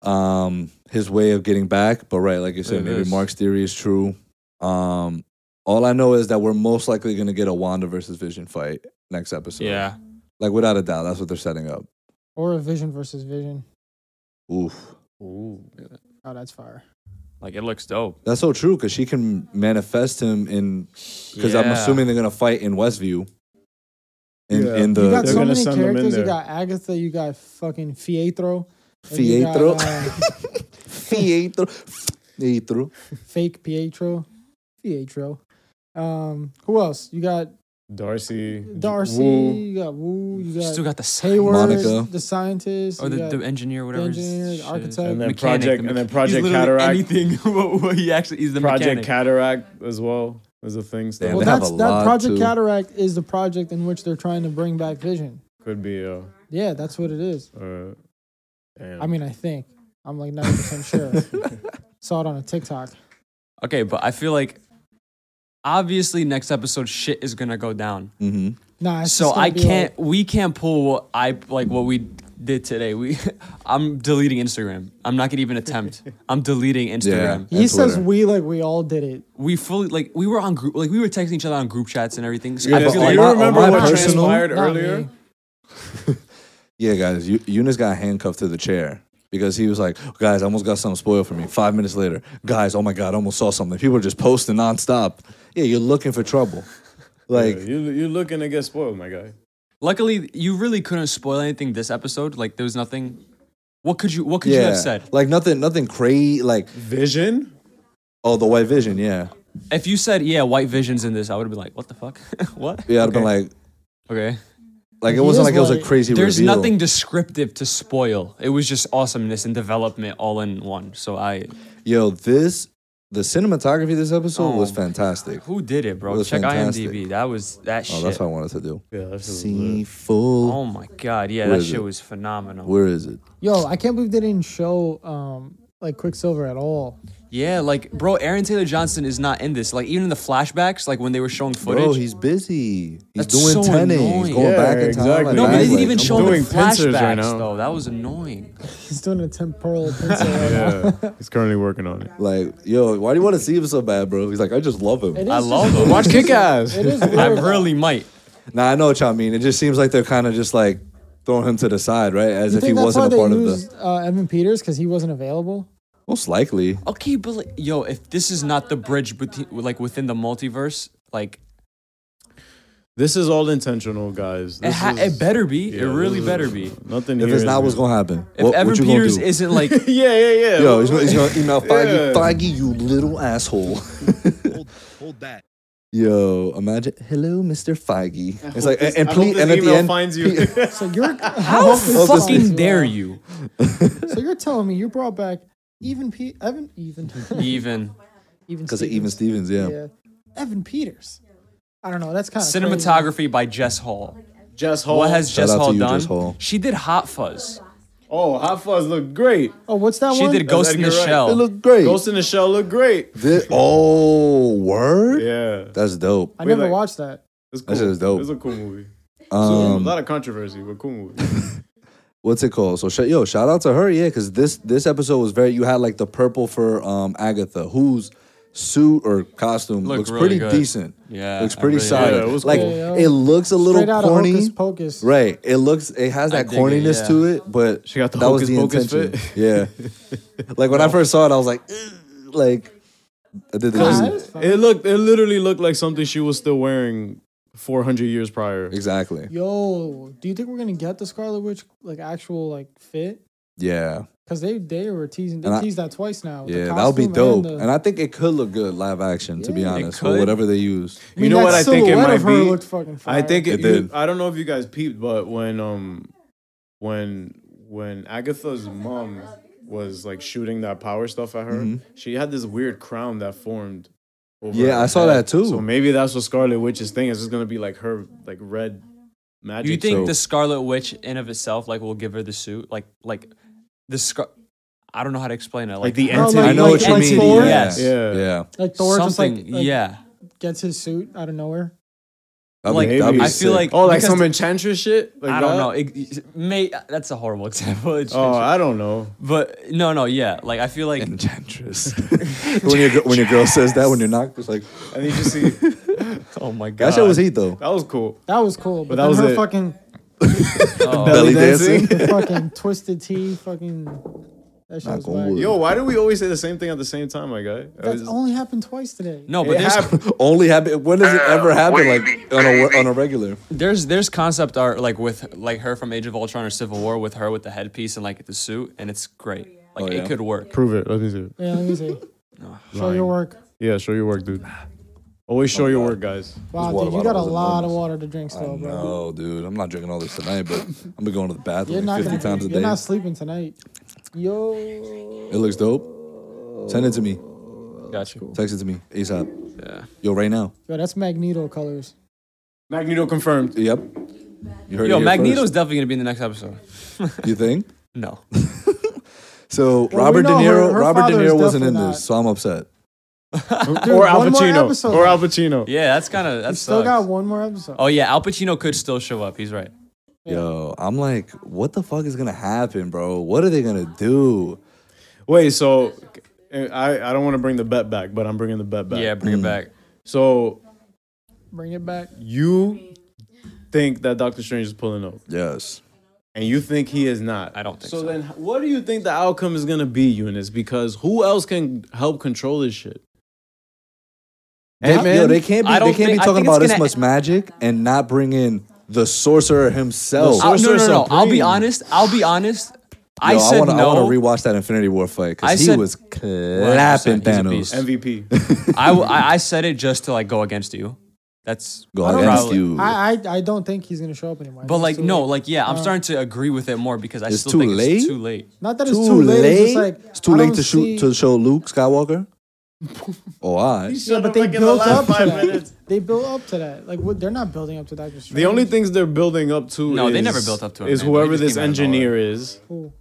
[SPEAKER 4] um, his way of getting back. But right, like you said,
[SPEAKER 3] It
[SPEAKER 4] maybe
[SPEAKER 3] is.
[SPEAKER 4] Mark's theory is true. Um, all I know is that we're most likely going to get a Wanda versus Vision fight next episode.
[SPEAKER 3] yeah,
[SPEAKER 4] like without a doubt, that's what they're setting up.
[SPEAKER 2] Or a vision versus vision.
[SPEAKER 4] Oof,
[SPEAKER 2] Oh, that's fire.
[SPEAKER 3] like it looks dope.
[SPEAKER 4] that's so true because she can manifest him in because I'm
[SPEAKER 3] Yeah.
[SPEAKER 4] assuming they're going to fight in Westview. In,
[SPEAKER 5] Yeah.
[SPEAKER 4] in
[SPEAKER 2] You
[SPEAKER 4] the
[SPEAKER 2] got
[SPEAKER 5] They're
[SPEAKER 2] so
[SPEAKER 5] gonna
[SPEAKER 2] many
[SPEAKER 5] send 'em in
[SPEAKER 2] characters. You
[SPEAKER 5] there.
[SPEAKER 2] got Agatha. You got fucking Fietro. and you got,
[SPEAKER 4] Fietro.
[SPEAKER 2] uh,
[SPEAKER 4] Fietro. Fietro.
[SPEAKER 2] fake Pietro. Pietro. Um, who else? You got
[SPEAKER 5] Darcy,
[SPEAKER 2] Darcy.
[SPEAKER 5] Wu,
[SPEAKER 2] You got Wu. You
[SPEAKER 3] She
[SPEAKER 2] got
[SPEAKER 3] still got Oh, the sign.
[SPEAKER 2] Hayward,
[SPEAKER 4] Monica.
[SPEAKER 2] the scientist.
[SPEAKER 3] or
[SPEAKER 2] you
[SPEAKER 3] the,
[SPEAKER 2] got
[SPEAKER 3] the engineer, whatever. his
[SPEAKER 2] engineer,
[SPEAKER 3] shit is.
[SPEAKER 2] architect.
[SPEAKER 5] and then
[SPEAKER 3] Mechanic,
[SPEAKER 5] Project
[SPEAKER 3] the
[SPEAKER 5] and then
[SPEAKER 3] mech- he's
[SPEAKER 5] Project
[SPEAKER 3] literally
[SPEAKER 5] Cataract,
[SPEAKER 3] Anything. what- what he actually he's the
[SPEAKER 5] Project
[SPEAKER 3] mechanic.
[SPEAKER 5] Cataract as well is a thing. Still.
[SPEAKER 4] Damn,
[SPEAKER 2] well,
[SPEAKER 4] they have
[SPEAKER 2] that's
[SPEAKER 4] a
[SPEAKER 2] that
[SPEAKER 4] lot,
[SPEAKER 2] Project
[SPEAKER 4] too.
[SPEAKER 2] Cataract is the project in which they're trying to bring back Vision.
[SPEAKER 5] could be. Uh,
[SPEAKER 2] Yeah, that's what it is.
[SPEAKER 5] uh, damn.
[SPEAKER 2] I mean, I think I'm like 90 percent sure. Saw it on a TikTok.
[SPEAKER 3] okay, but I feel like obviously next episode shit is gonna go down.
[SPEAKER 4] hmm
[SPEAKER 2] Nah, it's
[SPEAKER 3] so
[SPEAKER 2] just gonna
[SPEAKER 3] I
[SPEAKER 2] be
[SPEAKER 3] can't. we can't pull what I like. What we did today. We. I'm deleting Instagram. I'm not gonna even attempt. I'm deleting Instagram.
[SPEAKER 2] Like, he
[SPEAKER 4] and
[SPEAKER 2] says
[SPEAKER 4] Twitter.
[SPEAKER 2] we like we all did it.
[SPEAKER 3] We fully like we were on group. Like we were texting each other on group chats and everything. So
[SPEAKER 5] Yeah,
[SPEAKER 3] I
[SPEAKER 5] but
[SPEAKER 3] feel
[SPEAKER 5] on
[SPEAKER 3] like
[SPEAKER 5] my-
[SPEAKER 4] on
[SPEAKER 5] you remember
[SPEAKER 4] my
[SPEAKER 5] what
[SPEAKER 4] personal-
[SPEAKER 5] transpired
[SPEAKER 2] Not me.
[SPEAKER 5] earlier?
[SPEAKER 4] Yeah, guys, Eu- Eunice got handcuffed to the chair because he was like, guys, I almost got something spoiled for me. Five minutes later, guys, oh my God, I almost saw something. People are just posting nonstop. Yeah, you're looking for trouble. Like,
[SPEAKER 5] Yeah, you you looking to get spoiled, my guy.
[SPEAKER 3] Luckily, you really couldn't spoil anything this episode. Like there was nothing. What could you? What could you
[SPEAKER 4] yeah,
[SPEAKER 3] have said?
[SPEAKER 4] like nothing, nothing crazy. Like,
[SPEAKER 5] Vision.
[SPEAKER 4] oh, the white vision. Yeah.
[SPEAKER 3] If you said, "Yeah, white visions in this," I would have been like, "What the fuck? what?"
[SPEAKER 4] Yeah, I'd have been like,
[SPEAKER 3] Okay.
[SPEAKER 4] like it
[SPEAKER 2] He
[SPEAKER 4] wasn't
[SPEAKER 2] is
[SPEAKER 4] like it was a
[SPEAKER 2] white.
[SPEAKER 4] crazy
[SPEAKER 3] There's
[SPEAKER 4] reveal.
[SPEAKER 3] nothing descriptive to spoil. It was just awesomeness and development all in one. So I,
[SPEAKER 4] Yo, this, the cinematography this episode
[SPEAKER 3] Oh.
[SPEAKER 4] was fantastic.
[SPEAKER 3] who did it, bro?
[SPEAKER 4] It was
[SPEAKER 3] Check
[SPEAKER 4] fantastic.
[SPEAKER 3] IMDb. That was that
[SPEAKER 4] Oh,
[SPEAKER 3] shit.
[SPEAKER 4] that's what I wanted to do.
[SPEAKER 5] Yeah, that's just
[SPEAKER 4] See
[SPEAKER 5] lit.
[SPEAKER 4] full.
[SPEAKER 3] oh my god, yeah,
[SPEAKER 4] Where
[SPEAKER 3] that
[SPEAKER 4] is
[SPEAKER 3] shit
[SPEAKER 4] it?
[SPEAKER 3] was phenomenal.
[SPEAKER 4] Where is it?
[SPEAKER 2] Yo, I can't believe they didn't show um like Quicksilver at all.
[SPEAKER 3] yeah, like bro, Aaron Taylor Johnson is not in this. Like even in the flashbacks, like when they were showing footage.
[SPEAKER 4] Bro, he's busy. He's
[SPEAKER 3] That's
[SPEAKER 4] doing
[SPEAKER 3] so
[SPEAKER 4] tennis.
[SPEAKER 3] annoying.
[SPEAKER 4] He's going
[SPEAKER 5] Yeah,
[SPEAKER 4] back in time.
[SPEAKER 5] exactly.
[SPEAKER 4] like,
[SPEAKER 3] no, but they
[SPEAKER 4] back,
[SPEAKER 3] didn't
[SPEAKER 4] like,
[SPEAKER 3] even
[SPEAKER 4] come
[SPEAKER 3] show
[SPEAKER 4] on.
[SPEAKER 3] him
[SPEAKER 5] doing
[SPEAKER 3] in the
[SPEAKER 5] pincers
[SPEAKER 3] flashbacks
[SPEAKER 5] right now.
[SPEAKER 3] though. That was annoying.
[SPEAKER 2] He's doing a temporal pencil. right now.
[SPEAKER 5] Yeah, he's currently working on it.
[SPEAKER 4] Like, yo, why do you want to see him so bad, bro? He's like, I just love him.
[SPEAKER 2] It
[SPEAKER 3] I
[SPEAKER 2] is
[SPEAKER 3] love
[SPEAKER 2] just-
[SPEAKER 3] him. Watch
[SPEAKER 5] Kick ass.
[SPEAKER 2] It is
[SPEAKER 3] I
[SPEAKER 2] weird.
[SPEAKER 3] really might.
[SPEAKER 4] Nah, I know what y'all mean. It just seems like they're kind of just like throwing him to the side, right? As
[SPEAKER 2] You
[SPEAKER 4] if he
[SPEAKER 2] think that's why
[SPEAKER 4] wasn't a
[SPEAKER 2] they
[SPEAKER 4] part of the.
[SPEAKER 2] used uh, Evan Peters because he wasn't available?
[SPEAKER 4] Most likely.
[SPEAKER 3] Okay, but like, yo, if this is not the bridge between, like within the multiverse, like
[SPEAKER 5] This is all intentional, guys.
[SPEAKER 3] it,
[SPEAKER 5] This
[SPEAKER 3] ha-
[SPEAKER 5] is-
[SPEAKER 3] it better be.
[SPEAKER 5] yeah,
[SPEAKER 3] it really
[SPEAKER 5] this is-
[SPEAKER 3] better be.
[SPEAKER 5] Nothing.
[SPEAKER 4] If
[SPEAKER 5] here
[SPEAKER 4] it's
[SPEAKER 5] is
[SPEAKER 4] not, what's
[SPEAKER 5] real.
[SPEAKER 4] gonna happen?
[SPEAKER 3] If
[SPEAKER 4] what,
[SPEAKER 3] Evan
[SPEAKER 4] what you gonna
[SPEAKER 3] Peters
[SPEAKER 4] do?
[SPEAKER 3] isn't like,
[SPEAKER 5] yeah, yeah, yeah.
[SPEAKER 4] Yo, he's gonna, he's gonna email Feige,
[SPEAKER 5] Yeah.
[SPEAKER 4] Feige, you little asshole. Yo, imagine. Hello, Mr. Feige. It's like, and, and
[SPEAKER 5] I hope
[SPEAKER 4] please,
[SPEAKER 5] this
[SPEAKER 4] and at the
[SPEAKER 5] email
[SPEAKER 4] end,
[SPEAKER 5] finds you.
[SPEAKER 2] So you're
[SPEAKER 3] how
[SPEAKER 2] Hopefully
[SPEAKER 3] fucking
[SPEAKER 2] so.
[SPEAKER 3] dare you?
[SPEAKER 2] So you're telling me you brought back even Pe- Evan even
[SPEAKER 3] Even
[SPEAKER 2] even
[SPEAKER 4] because of Even
[SPEAKER 2] Stevens.
[SPEAKER 4] Stevens, yeah.
[SPEAKER 2] yeah Evan Peters. I don't know. That's kind of
[SPEAKER 3] cinematography by Jess Hall.
[SPEAKER 5] Jess Hall.
[SPEAKER 3] What has Jess
[SPEAKER 4] Oh, out to
[SPEAKER 3] Hall
[SPEAKER 4] you,
[SPEAKER 3] done?
[SPEAKER 4] Jess Hall.
[SPEAKER 3] She did Hot Fuzz.
[SPEAKER 5] Oh, Hot Fuzz looked great.
[SPEAKER 2] Oh, what's that
[SPEAKER 3] She
[SPEAKER 2] one?
[SPEAKER 3] did Ghost in the
[SPEAKER 5] you're right.
[SPEAKER 4] It
[SPEAKER 3] Shell.
[SPEAKER 4] looked great.
[SPEAKER 5] Ghost in the Shell looked great.
[SPEAKER 4] Thi- oh, word?
[SPEAKER 5] Yeah,
[SPEAKER 4] That's dope.
[SPEAKER 2] I
[SPEAKER 5] Wait,
[SPEAKER 2] never
[SPEAKER 5] like-
[SPEAKER 2] watched that.
[SPEAKER 5] that's
[SPEAKER 4] That
[SPEAKER 5] cool.
[SPEAKER 4] shit is dope.
[SPEAKER 5] It's a cool movie. a
[SPEAKER 4] Um,
[SPEAKER 5] lot of controversy, but cool movie.
[SPEAKER 4] what's it called? So sh- yo, shout out to her, yeah, because this this episode was very. You had like the purple for um Agatha, whose suit or costume
[SPEAKER 3] Looked
[SPEAKER 4] looks
[SPEAKER 3] really
[SPEAKER 4] pretty
[SPEAKER 3] good.
[SPEAKER 4] decent.
[SPEAKER 3] Yeah,
[SPEAKER 4] looks
[SPEAKER 3] I
[SPEAKER 4] pretty
[SPEAKER 3] really
[SPEAKER 4] solid.
[SPEAKER 5] did. Yeah, it was
[SPEAKER 4] like
[SPEAKER 5] cool.
[SPEAKER 2] Yeah,
[SPEAKER 4] it looks a little
[SPEAKER 2] Straight out of
[SPEAKER 4] corny.
[SPEAKER 2] Hocus Pocus.
[SPEAKER 4] Right. It looks. It has that
[SPEAKER 3] dig it,
[SPEAKER 4] corniness
[SPEAKER 3] yeah.
[SPEAKER 4] to it, but
[SPEAKER 5] She got the
[SPEAKER 4] that was the
[SPEAKER 5] hocus pocus
[SPEAKER 4] intention. Yeah. like when I first saw it, I was like, "Ugh," like I did
[SPEAKER 2] Nah,
[SPEAKER 4] the
[SPEAKER 2] it's fine.
[SPEAKER 5] It looked. It literally looked like something she was still wearing 400 years prior.
[SPEAKER 4] exactly.
[SPEAKER 2] Yo, do you think we're gonna get the Scarlet Witch like actual like fit?
[SPEAKER 4] Yeah.
[SPEAKER 2] Because they they were teasing. They
[SPEAKER 4] And I-
[SPEAKER 2] teased that twice now. with the
[SPEAKER 4] Yeah, that would be
[SPEAKER 2] costume
[SPEAKER 4] dope.
[SPEAKER 2] And, the-
[SPEAKER 4] And I think it could look good live action, to be
[SPEAKER 2] Yeah.
[SPEAKER 3] It
[SPEAKER 4] honest, or
[SPEAKER 3] could.
[SPEAKER 4] whatever they use.
[SPEAKER 2] I mean,
[SPEAKER 5] you know
[SPEAKER 2] that
[SPEAKER 5] what I think it
[SPEAKER 2] silhouette
[SPEAKER 5] might
[SPEAKER 2] of her
[SPEAKER 5] be.
[SPEAKER 2] looked fucking
[SPEAKER 5] I
[SPEAKER 2] fire.
[SPEAKER 5] think it,
[SPEAKER 4] It
[SPEAKER 5] you-
[SPEAKER 4] did.
[SPEAKER 5] I don't know if you guys peeped, but when um when when Agatha's mom was like shooting that power stuff at her,
[SPEAKER 4] Mhm.
[SPEAKER 5] she had this weird crown that formed. Over
[SPEAKER 4] Yeah,
[SPEAKER 5] her
[SPEAKER 4] I saw that
[SPEAKER 5] head.
[SPEAKER 4] too.
[SPEAKER 5] So maybe that's what Scarlet Witch's thing is. It's gonna be like her like red magic.
[SPEAKER 3] Do you think
[SPEAKER 5] So-
[SPEAKER 3] the Scarlet Witch in of itself like will give her the suit? Like like the scar. I don't know how to explain it.
[SPEAKER 5] like the
[SPEAKER 2] No,
[SPEAKER 5] entity?
[SPEAKER 2] like-
[SPEAKER 4] I know
[SPEAKER 2] like
[SPEAKER 4] what you mean.
[SPEAKER 2] Thor?
[SPEAKER 4] Yeah.
[SPEAKER 3] Yes.
[SPEAKER 4] Yeah.
[SPEAKER 5] Yeah.
[SPEAKER 2] like Thor just like,
[SPEAKER 3] something.
[SPEAKER 2] like,
[SPEAKER 3] yeah.
[SPEAKER 2] gets his suit out of nowhere.
[SPEAKER 4] That'd
[SPEAKER 3] Like,
[SPEAKER 4] be, that'd be
[SPEAKER 3] I
[SPEAKER 4] sick.
[SPEAKER 3] feel like
[SPEAKER 5] oh, like
[SPEAKER 3] because-
[SPEAKER 5] some enchantress shit. Like
[SPEAKER 3] I don't
[SPEAKER 5] that?
[SPEAKER 3] know. It, it- may that's a horrible example. It's-
[SPEAKER 5] Oh, I don't know.
[SPEAKER 3] but no, no, yeah. Like I feel like
[SPEAKER 4] enchantress. when your gir- when your girl says that, when you're not, it's like
[SPEAKER 5] And you just see that
[SPEAKER 3] oh my god,
[SPEAKER 4] that shit was heat though.
[SPEAKER 5] was cool.
[SPEAKER 2] That was cool, but,
[SPEAKER 5] that
[SPEAKER 2] then
[SPEAKER 5] was
[SPEAKER 2] her
[SPEAKER 5] it.
[SPEAKER 2] fucking
[SPEAKER 4] Belly dancing.
[SPEAKER 2] fucking twisted tea, fucking that shit
[SPEAKER 4] Knock
[SPEAKER 2] was
[SPEAKER 4] on
[SPEAKER 2] whack.
[SPEAKER 4] wood.
[SPEAKER 5] Yo, why do we always say the same thing at the same time, my guy? I
[SPEAKER 2] That's
[SPEAKER 5] was-
[SPEAKER 2] only happened twice today.
[SPEAKER 3] No, but
[SPEAKER 5] it
[SPEAKER 3] there's
[SPEAKER 5] happened.
[SPEAKER 4] Only happen. When does it ever happen? Like on a on a regular.
[SPEAKER 3] there's there's concept art like with like her from Age of Ultron or Civil War with her with the headpiece and like the suit, and it's great. Like
[SPEAKER 4] Oh, yeah.
[SPEAKER 3] it could work.
[SPEAKER 5] Prove it. Let me see it.
[SPEAKER 2] Yeah, let me see. Show your work.
[SPEAKER 5] Yeah, show your work, dude. Always show your work, guys.
[SPEAKER 2] Wow,
[SPEAKER 4] water
[SPEAKER 2] dude, you
[SPEAKER 4] bottle
[SPEAKER 2] got a
[SPEAKER 4] was
[SPEAKER 2] lot of
[SPEAKER 4] enormous.
[SPEAKER 2] water to drink still, bro.
[SPEAKER 4] No, dude, I'm not drinking all this tonight, but I'm gonna go into the
[SPEAKER 2] You're
[SPEAKER 4] bathroom
[SPEAKER 2] not
[SPEAKER 4] 50
[SPEAKER 2] gonna,
[SPEAKER 4] times a
[SPEAKER 2] you're
[SPEAKER 4] day.
[SPEAKER 2] not sleeping tonight. Yo,
[SPEAKER 4] It looks dope. Send it to me.
[SPEAKER 3] Gotcha. Cool.
[SPEAKER 4] Text it to me ASAP.
[SPEAKER 3] Yeah.
[SPEAKER 4] Yo, right now.
[SPEAKER 2] yo, that's Magneto colors.
[SPEAKER 5] Magneto confirmed.
[SPEAKER 4] Yep. You heard it
[SPEAKER 3] Yo,
[SPEAKER 4] here
[SPEAKER 3] Magneto's
[SPEAKER 4] first.
[SPEAKER 3] definitely gonna be in the next episode.
[SPEAKER 4] You think?
[SPEAKER 3] No.
[SPEAKER 4] So
[SPEAKER 2] we
[SPEAKER 4] Robert De
[SPEAKER 2] know her-
[SPEAKER 4] Niro.
[SPEAKER 2] her
[SPEAKER 4] Robert De
[SPEAKER 2] father is
[SPEAKER 4] Niro wasn't in
[SPEAKER 2] definitely
[SPEAKER 4] this,
[SPEAKER 2] not.
[SPEAKER 4] so I'm upset.
[SPEAKER 2] Dude,
[SPEAKER 5] or Al
[SPEAKER 2] one more
[SPEAKER 5] Pacino.
[SPEAKER 2] episode.
[SPEAKER 5] Or Al Pacino.
[SPEAKER 3] Yeah, that's kind of
[SPEAKER 2] We
[SPEAKER 3] that's.
[SPEAKER 2] still got one more episode.
[SPEAKER 3] Oh yeah, Al Pacino could still show up. He's right.
[SPEAKER 4] Yo, I'm like, what the fuck is gonna happen, bro? What are they gonna do?
[SPEAKER 5] Wait, so I, I don't want to bring the bet back, but I'm bringing the bet back.
[SPEAKER 3] Yeah, bring it back.
[SPEAKER 5] So
[SPEAKER 2] Bring it back.
[SPEAKER 5] you think that Doctor Strange is pulling up,
[SPEAKER 4] Yes.
[SPEAKER 5] and you think he is not.
[SPEAKER 3] I don't think
[SPEAKER 5] so.
[SPEAKER 3] so.
[SPEAKER 5] then, what do you think the outcome is gonna be, Eunice? Because who else can help control this shit?
[SPEAKER 4] They,
[SPEAKER 5] Ant-Man?
[SPEAKER 4] yo, they can't be.
[SPEAKER 3] I
[SPEAKER 4] They
[SPEAKER 3] don't
[SPEAKER 4] can't be
[SPEAKER 3] think- I
[SPEAKER 4] talking
[SPEAKER 3] think it's
[SPEAKER 4] about this
[SPEAKER 3] gonna-
[SPEAKER 4] much magic and not bring in the sorcerer himself.
[SPEAKER 5] The
[SPEAKER 3] I'll- no,
[SPEAKER 5] Sorcerer
[SPEAKER 3] no, no. I'll be
[SPEAKER 5] Supreme.
[SPEAKER 3] honest. I'll be honest. I
[SPEAKER 4] Yo,
[SPEAKER 3] said
[SPEAKER 4] wanna,
[SPEAKER 3] no.
[SPEAKER 4] I want to rewatch that Infinity War fight
[SPEAKER 3] I
[SPEAKER 4] because he
[SPEAKER 3] said-
[SPEAKER 4] was clapping
[SPEAKER 3] 100%, he's a beast.
[SPEAKER 4] Thanos.
[SPEAKER 5] MVP.
[SPEAKER 3] I, w- I- I said it just to like go against you. That's
[SPEAKER 4] Go
[SPEAKER 2] I don't
[SPEAKER 4] against
[SPEAKER 2] know.
[SPEAKER 4] you.
[SPEAKER 2] I, I I don't think he's gonna show up anymore. I
[SPEAKER 3] But
[SPEAKER 2] think
[SPEAKER 3] like
[SPEAKER 2] it's too
[SPEAKER 3] no,
[SPEAKER 2] late.
[SPEAKER 3] like yeah, I'm starting to agree with it more because I
[SPEAKER 4] It's
[SPEAKER 3] still
[SPEAKER 4] too
[SPEAKER 3] think
[SPEAKER 4] late?
[SPEAKER 3] it's too late.
[SPEAKER 2] not that it's too, late. It's just like
[SPEAKER 4] It's too
[SPEAKER 2] I
[SPEAKER 4] late
[SPEAKER 2] don't
[SPEAKER 4] to
[SPEAKER 2] see-
[SPEAKER 4] shoot to show Luke Skywalker. oh, I.
[SPEAKER 2] Yeah, but they built up to that. They built up to that. Like what, they're not building up to Doctor Strange.
[SPEAKER 5] The only things they're building up to
[SPEAKER 3] No,
[SPEAKER 5] is,
[SPEAKER 3] they never built up to it,
[SPEAKER 5] is
[SPEAKER 3] man. They
[SPEAKER 5] whoever
[SPEAKER 3] just
[SPEAKER 5] this
[SPEAKER 3] came out of
[SPEAKER 5] engineer
[SPEAKER 3] nowhere.
[SPEAKER 5] is.
[SPEAKER 2] Cool.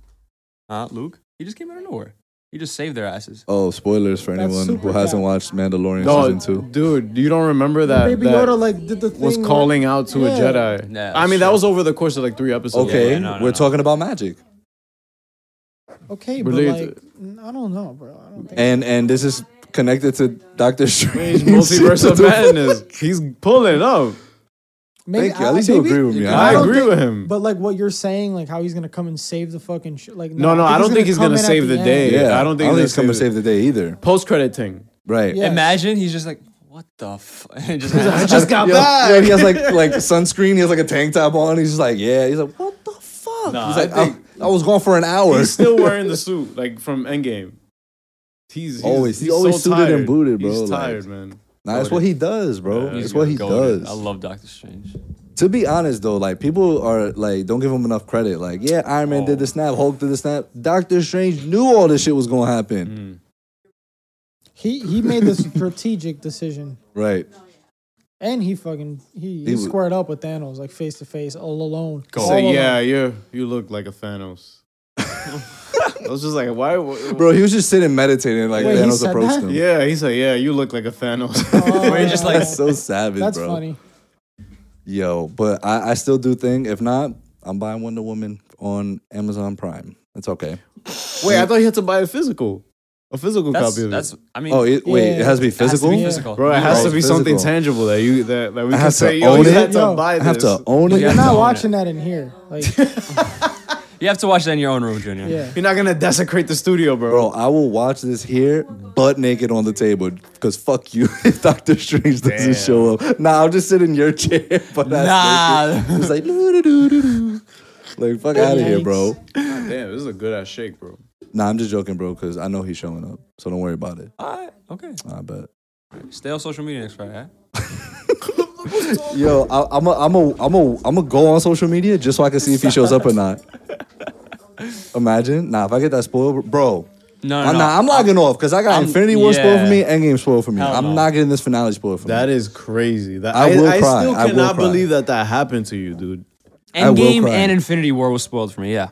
[SPEAKER 3] Huh, Luke? He just came out of nowhere. He just saved their asses.
[SPEAKER 4] Oh, spoilers for
[SPEAKER 2] That's
[SPEAKER 4] anyone who
[SPEAKER 2] super
[SPEAKER 4] hasn't
[SPEAKER 2] bad.
[SPEAKER 4] watced Mandalorian
[SPEAKER 5] No,
[SPEAKER 4] season two.
[SPEAKER 5] dude, you don't remember that
[SPEAKER 2] Baby
[SPEAKER 5] that
[SPEAKER 2] Yoda like did the thing.
[SPEAKER 5] was
[SPEAKER 2] where-
[SPEAKER 5] calling out to a
[SPEAKER 2] Yeah.
[SPEAKER 5] Jedi.
[SPEAKER 3] Yeah,
[SPEAKER 5] I mean, that
[SPEAKER 3] sure.
[SPEAKER 5] was over the course of like three episodes.
[SPEAKER 4] Okay,
[SPEAKER 3] Yeah, no, no,
[SPEAKER 4] we're
[SPEAKER 3] no.
[SPEAKER 4] talking about magic,
[SPEAKER 2] Okay, but
[SPEAKER 5] Related.
[SPEAKER 2] like I don't know, bro. I don't think.
[SPEAKER 4] and and this is connected to Doctor Strange.
[SPEAKER 5] Multiverse
[SPEAKER 4] season
[SPEAKER 5] of
[SPEAKER 4] two.
[SPEAKER 5] Madness. He's pulling up.
[SPEAKER 2] Maybe,
[SPEAKER 4] Thank you.
[SPEAKER 2] I-
[SPEAKER 4] At least you
[SPEAKER 2] maybe-
[SPEAKER 4] agree with me.
[SPEAKER 2] Yeah,
[SPEAKER 5] I
[SPEAKER 2] I don't
[SPEAKER 5] agree
[SPEAKER 2] think-
[SPEAKER 5] with him.
[SPEAKER 2] But like what you're saying, like how he's gonna come and save the fucking shit. Like
[SPEAKER 5] No, no, I don't think he's gonna
[SPEAKER 2] come in at
[SPEAKER 5] save the
[SPEAKER 2] end.
[SPEAKER 5] day.
[SPEAKER 4] Yeah, I don't think, he's
[SPEAKER 5] gonna
[SPEAKER 4] coming to save the day either.
[SPEAKER 5] Post credit thing.
[SPEAKER 4] Right.
[SPEAKER 2] Yeah. Yes.
[SPEAKER 3] Imagine he's just like, what the f-? and just,
[SPEAKER 5] Just got
[SPEAKER 4] Yo,
[SPEAKER 5] back.
[SPEAKER 4] yo, he has like like sunscreen. He has like a tank top on. He's just like, yeah. He's like, what the fuck?
[SPEAKER 5] Nah,
[SPEAKER 4] he's like,
[SPEAKER 5] I
[SPEAKER 4] I,
[SPEAKER 5] think-
[SPEAKER 4] I was gone for an hour.
[SPEAKER 5] He's still wearing the suit, like from Endgame. He's, he's
[SPEAKER 4] Always. He's
[SPEAKER 5] so
[SPEAKER 4] always suited and
[SPEAKER 5] tired.
[SPEAKER 4] booted, bro,
[SPEAKER 5] He's
[SPEAKER 4] like-
[SPEAKER 5] tired, man.
[SPEAKER 4] nah, that's what he does, bro.
[SPEAKER 5] Yeah,
[SPEAKER 4] that's what he
[SPEAKER 3] Goated.
[SPEAKER 4] does.
[SPEAKER 3] I love Doctor Strange.
[SPEAKER 4] to be honest though, like people are like, don't give him enough credit. Like, yeah, Iron Man did
[SPEAKER 5] Oh.
[SPEAKER 4] the snap, Hulk did the snap. Doctor Strange knew all this shit was gonna happen.
[SPEAKER 2] He he made this strategic decision.
[SPEAKER 5] Mm-hmm.
[SPEAKER 4] Right.
[SPEAKER 2] And he fucking he,
[SPEAKER 4] He
[SPEAKER 2] he
[SPEAKER 4] was-
[SPEAKER 2] squared up with Thanos like face to face all alone.
[SPEAKER 5] Say,
[SPEAKER 2] All alone.
[SPEAKER 5] yeah, you you look like a Thanos. I was just like, why?
[SPEAKER 4] Bro, he was just sitting meditating like
[SPEAKER 2] Wait, he
[SPEAKER 4] Thanos
[SPEAKER 2] said
[SPEAKER 4] approached
[SPEAKER 2] that?
[SPEAKER 4] him.
[SPEAKER 5] Yeah, he's like, yeah, you look like a Thanos.
[SPEAKER 2] Oh,
[SPEAKER 3] just like-
[SPEAKER 4] That's so savage,
[SPEAKER 2] that's
[SPEAKER 4] bro.
[SPEAKER 2] funny.
[SPEAKER 4] Yo, but I, I still do think if not, I'm buying Wonder Woman on Amazon Prime. It's okay.
[SPEAKER 5] Wait, I thought you had to buy a physical, a physical
[SPEAKER 3] That's,
[SPEAKER 5] copy of
[SPEAKER 3] that's
[SPEAKER 5] it.
[SPEAKER 3] I mean,
[SPEAKER 4] Oh,
[SPEAKER 3] it
[SPEAKER 4] it, wait, it has to be
[SPEAKER 3] has to
[SPEAKER 4] physical.
[SPEAKER 3] be
[SPEAKER 2] Yeah.
[SPEAKER 3] physical.
[SPEAKER 5] Bro, it
[SPEAKER 3] You're
[SPEAKER 5] has
[SPEAKER 4] Bro,
[SPEAKER 5] to
[SPEAKER 3] right.
[SPEAKER 5] be
[SPEAKER 4] it's
[SPEAKER 5] something
[SPEAKER 4] physical.
[SPEAKER 5] tangible that you that, that we
[SPEAKER 4] I
[SPEAKER 5] can
[SPEAKER 4] have to
[SPEAKER 5] say, yo,
[SPEAKER 4] own
[SPEAKER 5] you
[SPEAKER 4] it?
[SPEAKER 5] had to
[SPEAKER 2] Yo,
[SPEAKER 5] buy
[SPEAKER 4] I
[SPEAKER 5] this.
[SPEAKER 4] have to own it.
[SPEAKER 2] You're
[SPEAKER 3] have to
[SPEAKER 2] not
[SPEAKER 3] own
[SPEAKER 2] watching that in here. Like,
[SPEAKER 3] You have to watch that in your own room, Junior.
[SPEAKER 2] yeah.
[SPEAKER 5] You're not gonna desecrate the studio, bro.
[SPEAKER 4] Bro, I will watch this here, butt naked on the table, because fuck you if Doctor Strange doesn't
[SPEAKER 5] Damn.
[SPEAKER 4] show up. Nah, I'll just sit in your chair, but
[SPEAKER 3] Nah.
[SPEAKER 4] that's naked. It's like, doo-doo-doo-doo-doo. like, fuck out of here, bro.
[SPEAKER 5] Damn, this is a good ass shake, bro.
[SPEAKER 4] Nah, I'm just joking, bro, because I know he's showing up. So don't worry about it.
[SPEAKER 3] Alright, okay.
[SPEAKER 4] I bet.
[SPEAKER 3] Stay on social media next Friday. eh?
[SPEAKER 4] Yo, I, I'm a, I'm a, I'm a, I'm a go on social media just so I can see if he shows up or not. Imagine, nah, if I get that spoiled, bro.
[SPEAKER 3] No, no,
[SPEAKER 4] I'm,
[SPEAKER 3] no.
[SPEAKER 4] not, I'm logging off because I got
[SPEAKER 3] I'm-
[SPEAKER 4] Infinity War spoiled for me,
[SPEAKER 3] yeah.
[SPEAKER 4] Endgame spoiled for me.
[SPEAKER 3] Hell
[SPEAKER 4] I'm
[SPEAKER 3] no.
[SPEAKER 4] not getting this finale spoiled for me.
[SPEAKER 5] That is crazy. That
[SPEAKER 4] I
[SPEAKER 5] I,
[SPEAKER 4] will
[SPEAKER 5] I
[SPEAKER 4] cry.
[SPEAKER 5] still
[SPEAKER 4] I will
[SPEAKER 5] cannot
[SPEAKER 4] cry.
[SPEAKER 5] believe that that happened to you, dude.
[SPEAKER 4] I will
[SPEAKER 3] Endgame
[SPEAKER 4] cry.
[SPEAKER 3] and Infinity War was spoiled for me. Yeah.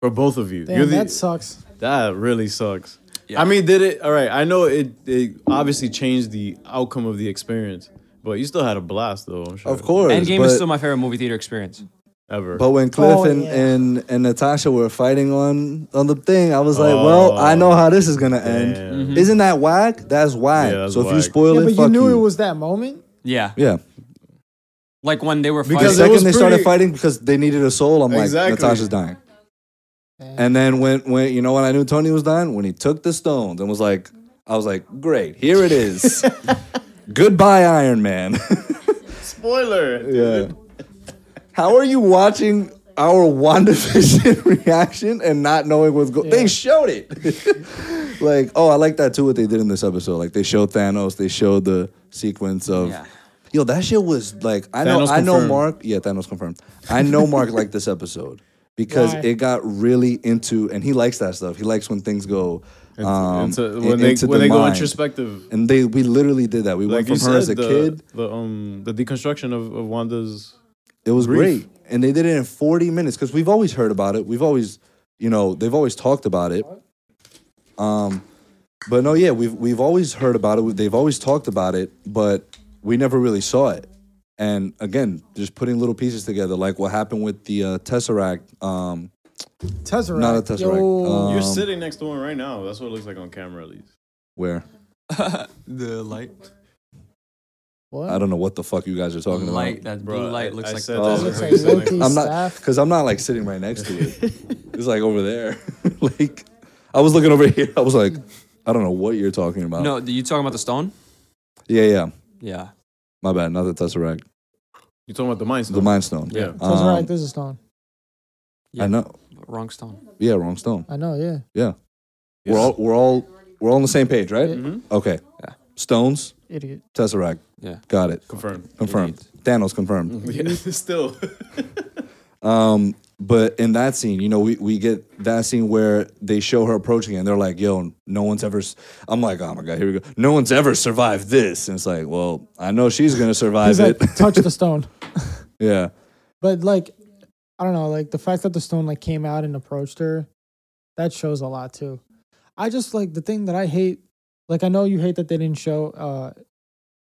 [SPEAKER 5] For both of you, You're
[SPEAKER 2] Damn,
[SPEAKER 5] the-
[SPEAKER 2] that sucks.
[SPEAKER 5] that really sucks.
[SPEAKER 3] Yeah.
[SPEAKER 5] I mean, did it? All right, I know it. It obviously changed the outcome of the experience, but you still had a blast, though. I'm sure.
[SPEAKER 4] of course.
[SPEAKER 3] Endgame
[SPEAKER 4] but,
[SPEAKER 3] is still my favorite movie theater experience.
[SPEAKER 5] ever.
[SPEAKER 4] but when Cliff
[SPEAKER 2] Oh,
[SPEAKER 4] and,
[SPEAKER 2] yeah.
[SPEAKER 4] and and Natasha were fighting on on the thing, I was like,
[SPEAKER 5] Oh,
[SPEAKER 4] well, I know how this is gonna end.
[SPEAKER 5] damn.
[SPEAKER 4] Isn't that whack? That's whack.
[SPEAKER 5] Yeah, that's
[SPEAKER 4] so if you
[SPEAKER 5] whack.
[SPEAKER 4] spoil
[SPEAKER 2] Yeah,
[SPEAKER 4] it,
[SPEAKER 2] but
[SPEAKER 4] fuck
[SPEAKER 2] you knew
[SPEAKER 4] you.
[SPEAKER 2] it was that moment.
[SPEAKER 3] Yeah.
[SPEAKER 4] yeah.
[SPEAKER 3] Like when they were
[SPEAKER 4] The
[SPEAKER 5] Because
[SPEAKER 3] fighting.
[SPEAKER 5] it was
[SPEAKER 4] second they started
[SPEAKER 5] pretty-
[SPEAKER 4] fighting because they needed a soul, I'm
[SPEAKER 5] Exactly.
[SPEAKER 4] like, Natasha's dying. And then when when you know when I knew Tony was dying, when he took the stones and was like, I was like, great, here it is. Goodbye, Iron Man.
[SPEAKER 5] Spoiler.
[SPEAKER 4] yeah. How are you watching our WandaVision reaction and not knowing what's going? They showed it. like, oh, I like that too. What they did in this episode, like they showed Thanos, they showed the sequence of.
[SPEAKER 3] Yeah.
[SPEAKER 4] Yo, that shit was like I know
[SPEAKER 5] Thanos
[SPEAKER 4] I know
[SPEAKER 5] confirmed.
[SPEAKER 4] Mark. Yeah, Thanos confirmed. I know Mark liked this episode because
[SPEAKER 2] Why?
[SPEAKER 4] it got really into and he likes that stuff. He likes when things go um,
[SPEAKER 5] into,
[SPEAKER 4] in-
[SPEAKER 5] when they
[SPEAKER 4] into
[SPEAKER 5] when
[SPEAKER 4] the
[SPEAKER 5] they go
[SPEAKER 4] mind.
[SPEAKER 5] introspective.
[SPEAKER 4] And they we literally did that. We
[SPEAKER 5] Like you
[SPEAKER 4] went from her
[SPEAKER 5] said,
[SPEAKER 4] as a
[SPEAKER 5] the,
[SPEAKER 4] kid.
[SPEAKER 5] the um the deconstruction of, of Wanda's
[SPEAKER 4] It was
[SPEAKER 5] Brief.
[SPEAKER 4] great. And they did it in 40 minutes because we've always heard about it. We've always, you know, they've always talked about it. Um, but no, yeah, we've we've always heard about it. They've always talked about it, but we never really saw it. And again, just putting little pieces together, like what happened with the uh, Tesseract. Um,
[SPEAKER 2] Tesseract.
[SPEAKER 4] not a Tesseract.
[SPEAKER 2] Yo.
[SPEAKER 4] um,
[SPEAKER 5] You're sitting next to one right now. That's what it looks like on camera, at least.
[SPEAKER 4] where?
[SPEAKER 3] the light.
[SPEAKER 2] what?
[SPEAKER 4] I don't know what the fuck you guys are talking
[SPEAKER 3] Light.
[SPEAKER 4] about.
[SPEAKER 3] That
[SPEAKER 5] Bro,
[SPEAKER 3] blue light
[SPEAKER 5] I-
[SPEAKER 3] looks
[SPEAKER 5] I
[SPEAKER 3] like
[SPEAKER 5] said
[SPEAKER 3] the-
[SPEAKER 4] that.
[SPEAKER 2] It looks like
[SPEAKER 5] That's what
[SPEAKER 2] Loki's
[SPEAKER 4] I'm not
[SPEAKER 2] staff.
[SPEAKER 4] because I'm not like sitting right next to it. it's like over there. like I was looking over here. I was like, I don't know what you're talking about.
[SPEAKER 3] No, you talking about the stone?
[SPEAKER 4] Yeah, yeah.
[SPEAKER 3] Yeah.
[SPEAKER 4] My bad. Not the Tesseract.
[SPEAKER 5] You're talking about the mind
[SPEAKER 4] The
[SPEAKER 5] stone.
[SPEAKER 4] Mind Stone.
[SPEAKER 5] Yeah.
[SPEAKER 4] Um,
[SPEAKER 2] Tesseract is a stone.
[SPEAKER 3] Yeah.
[SPEAKER 4] I know.
[SPEAKER 3] Wrong stone.
[SPEAKER 4] Yeah, wrong stone.
[SPEAKER 2] I know. Yeah.
[SPEAKER 4] We're all we're all we're all on the same page, right?
[SPEAKER 5] Mhm.
[SPEAKER 4] Okay.
[SPEAKER 3] Yeah.
[SPEAKER 4] Stones,
[SPEAKER 2] Idiot.
[SPEAKER 4] Tesseract.
[SPEAKER 3] Yeah.
[SPEAKER 4] Got it.
[SPEAKER 5] Confirmed.
[SPEAKER 4] Confirmed. Thanos confirmed.
[SPEAKER 3] Mm.
[SPEAKER 5] Yeah, still.
[SPEAKER 4] Um, but in that scene, you know, we, we get that scene where they show her approaching and they're like, yo, no one's ever, s-" I'm like, oh my God, here we go. No one's ever survived this. And it's like, well, I know she's going to survive
[SPEAKER 2] He's
[SPEAKER 4] it.
[SPEAKER 2] like, touch the stone.
[SPEAKER 4] yeah.
[SPEAKER 2] But like, I don't know, like the fact that the stone like came out and approached her, that shows a lot too. I just like the thing that I hate. Like I know you hate that they didn't show uh,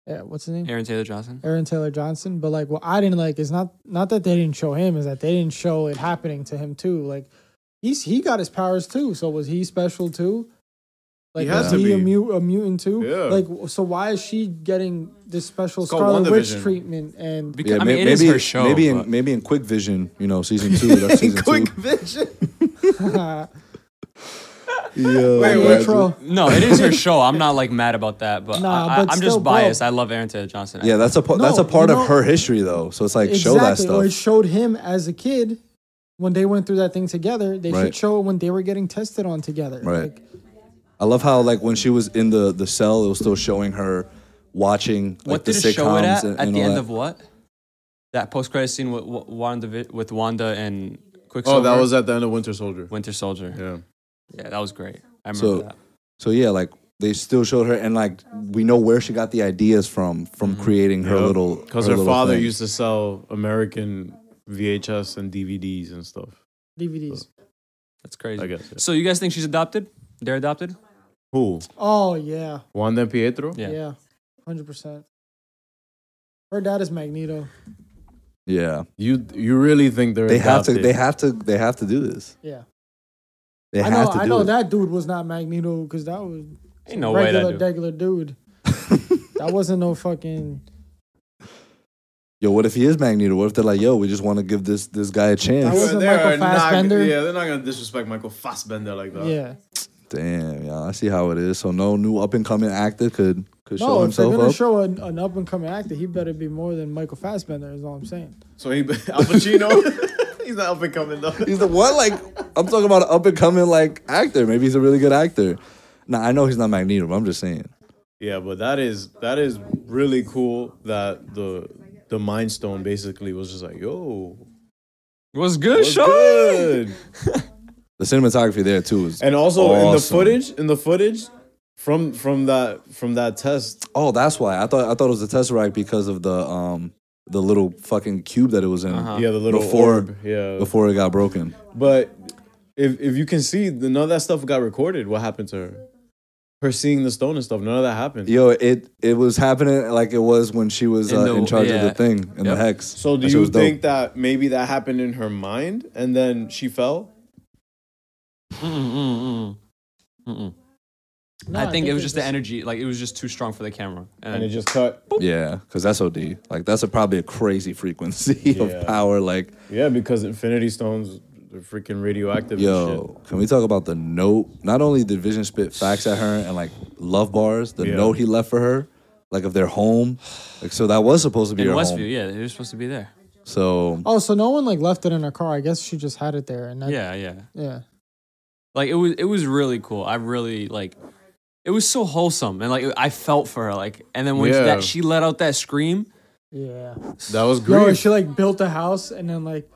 [SPEAKER 2] eh, what's his name,
[SPEAKER 3] Aaron Taylor Johnson.
[SPEAKER 2] Aaron Taylor Johnson. But like, what I didn't like is not not that they didn't show him, is that they didn't show it happening to him too. Like he's he got his powers too, so was he special too? Like
[SPEAKER 5] had
[SPEAKER 2] was
[SPEAKER 5] to
[SPEAKER 2] he a,
[SPEAKER 5] be.
[SPEAKER 2] mu- a mutant too?
[SPEAKER 5] Yeah.
[SPEAKER 2] Like w- so, why is she getting this special
[SPEAKER 5] called
[SPEAKER 2] Scarlet Witch
[SPEAKER 5] WandaVision.
[SPEAKER 2] treatment? And
[SPEAKER 3] Because
[SPEAKER 4] yeah
[SPEAKER 3] I mean,
[SPEAKER 4] may-
[SPEAKER 3] it is her show.
[SPEAKER 4] Maybe
[SPEAKER 3] but-
[SPEAKER 4] in, maybe in Quick Vision, you know, season two. That's season
[SPEAKER 5] Quick
[SPEAKER 4] two.
[SPEAKER 5] vision.
[SPEAKER 4] Yo,
[SPEAKER 5] Wait,
[SPEAKER 4] imagine.
[SPEAKER 2] Intro.
[SPEAKER 3] no, it is her show. I'm not like mad about that, but,
[SPEAKER 2] Nah,
[SPEAKER 3] I,
[SPEAKER 2] but
[SPEAKER 3] am
[SPEAKER 2] still,
[SPEAKER 3] just
[SPEAKER 2] bro.
[SPEAKER 3] biased. I love Aaron Taylor Johnson.
[SPEAKER 4] Yeah, that's a, pa- that's
[SPEAKER 2] No,
[SPEAKER 4] a part
[SPEAKER 2] you know-
[SPEAKER 4] of her history, though. So it's like, show that
[SPEAKER 2] Or it
[SPEAKER 4] stuff.
[SPEAKER 2] showed him as a kid when they went through that thing together. They
[SPEAKER 4] Right.
[SPEAKER 2] should show it when they were getting tested on together.
[SPEAKER 4] Right.
[SPEAKER 2] Like,
[SPEAKER 4] I love how, like, when she was in the, the cell, it was still showing her watching like,
[SPEAKER 3] what
[SPEAKER 4] the
[SPEAKER 3] did
[SPEAKER 4] sitcoms
[SPEAKER 3] it show it at?
[SPEAKER 4] and,
[SPEAKER 3] at
[SPEAKER 4] and
[SPEAKER 3] the
[SPEAKER 4] all
[SPEAKER 3] end
[SPEAKER 4] that.
[SPEAKER 3] of what? That post credit scene with Wa- Wanda, vi- with Wanda and Quicksilver.
[SPEAKER 5] Oh, that was at the end of Winter Soldier.
[SPEAKER 3] Winter Soldier. Yeah,
[SPEAKER 5] Yeah.
[SPEAKER 3] that was great. I remember
[SPEAKER 4] So-
[SPEAKER 3] that.
[SPEAKER 4] So yeah, like they still showed her, and like we know where she got the ideas from from
[SPEAKER 3] Mm-hmm.
[SPEAKER 4] creating her little.
[SPEAKER 5] Because her,
[SPEAKER 4] little
[SPEAKER 5] father
[SPEAKER 4] thing.
[SPEAKER 5] used to sell American VHS and DVDs and stuff.
[SPEAKER 2] DVDs.
[SPEAKER 3] That's crazy.
[SPEAKER 5] I guess.
[SPEAKER 3] So you guys think she's adopted? They're adopted?
[SPEAKER 5] Who?
[SPEAKER 2] Oh yeah,
[SPEAKER 5] Wanda and Pietro?
[SPEAKER 3] Yeah.
[SPEAKER 2] yeah, hundred percent. Her dad is Magneto.
[SPEAKER 4] Yeah,
[SPEAKER 5] You you really think they're
[SPEAKER 4] they have
[SPEAKER 5] adopted?
[SPEAKER 4] to. They have to. They have to do this.
[SPEAKER 2] Yeah,
[SPEAKER 4] They have
[SPEAKER 2] I know.
[SPEAKER 4] to do
[SPEAKER 2] I know
[SPEAKER 4] it.
[SPEAKER 2] that dude was not Magneto because that was
[SPEAKER 3] Ain't no way
[SPEAKER 2] regular,
[SPEAKER 3] that dude.
[SPEAKER 2] regular dude. that wasn't no fucking.
[SPEAKER 4] Yo, what if he is Magneto? What if they're like, yo, we just want to give this this guy a
[SPEAKER 2] That
[SPEAKER 4] chance?
[SPEAKER 2] was- Wasn't Michael Fassbender?
[SPEAKER 5] Not, yeah, they're not gonna disrespect Michael Fassbender like that.
[SPEAKER 2] Yeah.
[SPEAKER 4] Damn, yeah, I see how it is. So no new up and coming actor could could show
[SPEAKER 2] No, if they're
[SPEAKER 4] himself
[SPEAKER 2] gonna
[SPEAKER 4] up.
[SPEAKER 2] show an, an up and coming actor, he better be more than Michael Fassbender. Is all I'm saying.
[SPEAKER 5] So he Al Pacino, he's not up and coming though.
[SPEAKER 4] he's the one like I'm talking about an up and coming like actor. Maybe he's a really good actor. Now I know he's not Magneto, but I'm just saying.
[SPEAKER 5] Yeah, but that is that is really cool that the the Mind Stone basically was just like, yo,
[SPEAKER 3] What's good,
[SPEAKER 5] what's
[SPEAKER 3] Sean?
[SPEAKER 5] good?
[SPEAKER 4] The cinematography there too is
[SPEAKER 5] And also in the
[SPEAKER 4] Awesome.
[SPEAKER 5] footage, in the footage from from that from that test,
[SPEAKER 4] Oh, that's why. I thought I thought it was the Tesseract because of the um the little fucking cube that it was in
[SPEAKER 5] yeah, the little
[SPEAKER 4] Before-
[SPEAKER 5] orb, yeah.
[SPEAKER 4] before it got broken.
[SPEAKER 5] But if if you can see, none of that stuff got recorded. What happened to her? Her seeing the stone and stuff. None of that happened.
[SPEAKER 4] Yo, it it was happening like it was when she was
[SPEAKER 3] In
[SPEAKER 4] uh,
[SPEAKER 3] the-
[SPEAKER 4] in charge of
[SPEAKER 3] yeah.
[SPEAKER 4] the thing in the
[SPEAKER 3] Yep.
[SPEAKER 4] hex.
[SPEAKER 5] So do
[SPEAKER 4] That shit
[SPEAKER 5] you
[SPEAKER 4] was dope.
[SPEAKER 5] think that maybe that happened in her mind and then she fell?
[SPEAKER 3] Mm-mm, mm-mm, mm-mm.
[SPEAKER 2] No,
[SPEAKER 3] I, think it was just the
[SPEAKER 2] it's-
[SPEAKER 3] energy. Like, it was just too strong for the camera.
[SPEAKER 5] And
[SPEAKER 3] And,
[SPEAKER 5] it just cut.
[SPEAKER 4] Yeah, because that's OD. Like that's a, probably a crazy frequency
[SPEAKER 5] Yeah.
[SPEAKER 4] of power. Like
[SPEAKER 5] Yeah, because Infinity Stones are freaking radioactive. and shit.
[SPEAKER 4] yo, can we talk about the note? Not only did Vision spit facts at her and like love bars, the
[SPEAKER 5] Yeah.
[SPEAKER 4] note he left for her, like of their home. Like so that was supposed to be
[SPEAKER 3] in
[SPEAKER 4] her
[SPEAKER 3] Westview,
[SPEAKER 4] home.
[SPEAKER 3] yeah, they were supposed to be there.
[SPEAKER 4] So
[SPEAKER 2] Oh, so no one like left it in her car. I guess she just had it there, and that, yeah,
[SPEAKER 3] Yeah, yeah.
[SPEAKER 2] yeah.
[SPEAKER 3] Like it was it was really cool. I really like it was so wholesome and like I felt for her like and then when she,
[SPEAKER 5] Yeah.
[SPEAKER 3] that she let out that scream
[SPEAKER 2] Yeah.
[SPEAKER 5] that was
[SPEAKER 2] Yo,
[SPEAKER 5] great.
[SPEAKER 2] she like built a house and then like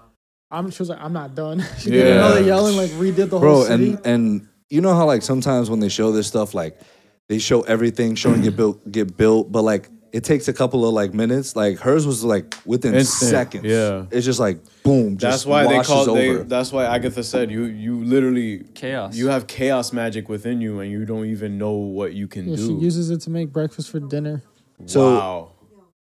[SPEAKER 2] I'm she was like, I'm not done. she did
[SPEAKER 5] Yeah.
[SPEAKER 2] another yelling, like redid the
[SPEAKER 4] bro
[SPEAKER 2] whole city.
[SPEAKER 4] and and you know how like sometimes when they show this stuff like they show everything showing get built get built but like it takes a couple of like minutes like hers was like within
[SPEAKER 5] Instant,
[SPEAKER 4] seconds
[SPEAKER 5] yeah.
[SPEAKER 4] it's just like boom just
[SPEAKER 5] that's why they
[SPEAKER 4] washes
[SPEAKER 5] call they.
[SPEAKER 4] over.
[SPEAKER 5] That's why Agatha said you you literally
[SPEAKER 3] Chaos.
[SPEAKER 5] You have chaos magic within you, and you don't even know what you can
[SPEAKER 2] yeah,
[SPEAKER 5] do.
[SPEAKER 2] she uses it to make breakfast for dinner.
[SPEAKER 4] so
[SPEAKER 5] wow,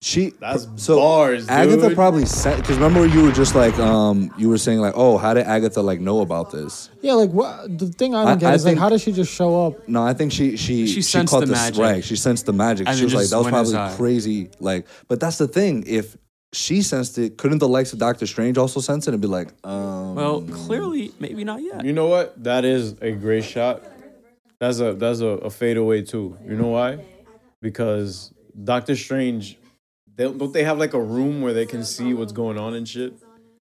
[SPEAKER 4] she
[SPEAKER 5] that's
[SPEAKER 4] so
[SPEAKER 5] bars,
[SPEAKER 4] agatha
[SPEAKER 5] dude.
[SPEAKER 4] probably sent because remember you were just like um you were saying like oh how did agatha like know about this
[SPEAKER 2] Yeah, like what the thing I don't
[SPEAKER 4] I-
[SPEAKER 2] get
[SPEAKER 4] I
[SPEAKER 2] is like
[SPEAKER 4] think-
[SPEAKER 2] how does she just show up?
[SPEAKER 4] No, I think she she
[SPEAKER 3] She
[SPEAKER 4] she,
[SPEAKER 3] sensed
[SPEAKER 4] caught
[SPEAKER 3] the
[SPEAKER 4] the,
[SPEAKER 3] magic.
[SPEAKER 4] right. She sensed the magic.
[SPEAKER 3] And
[SPEAKER 4] she
[SPEAKER 3] it
[SPEAKER 4] was like,
[SPEAKER 3] just
[SPEAKER 4] that was
[SPEAKER 3] went
[SPEAKER 4] probably
[SPEAKER 3] inside.
[SPEAKER 4] crazy. Like, but that's the thing. If she sensed it, couldn't the likes of Doctor Strange also sense it and be like, um,
[SPEAKER 3] well clearly maybe not yet
[SPEAKER 5] You know what? That is a great shot. That's a that's a, a fadeaway too. You know why? Because Doctor Strange, they, don't they have like a room where they can see what's going on and shit?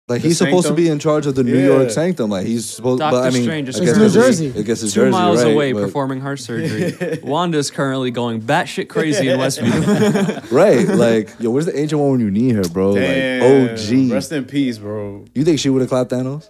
[SPEAKER 4] like he's
[SPEAKER 5] the
[SPEAKER 4] supposed to
[SPEAKER 5] sanctum?
[SPEAKER 4] be in charge of the New York
[SPEAKER 5] Yeah.
[SPEAKER 4] Sanctum. Like he's supposed.
[SPEAKER 3] Doctor
[SPEAKER 4] but I mean,
[SPEAKER 3] Strange is
[SPEAKER 4] I guess
[SPEAKER 2] New
[SPEAKER 4] it's-
[SPEAKER 2] Jersey.
[SPEAKER 4] I guess it's
[SPEAKER 3] two
[SPEAKER 4] Jersey,
[SPEAKER 3] miles
[SPEAKER 4] right?
[SPEAKER 3] away
[SPEAKER 4] But-
[SPEAKER 3] performing heart surgery Wanda's currently going batshit crazy in Westview
[SPEAKER 4] Right? Like, yo, where's the ancient one when you need her, bro?
[SPEAKER 5] Damn.
[SPEAKER 4] Like, OG.
[SPEAKER 5] Rest in peace, bro.
[SPEAKER 4] you think she would have clapped Thanos?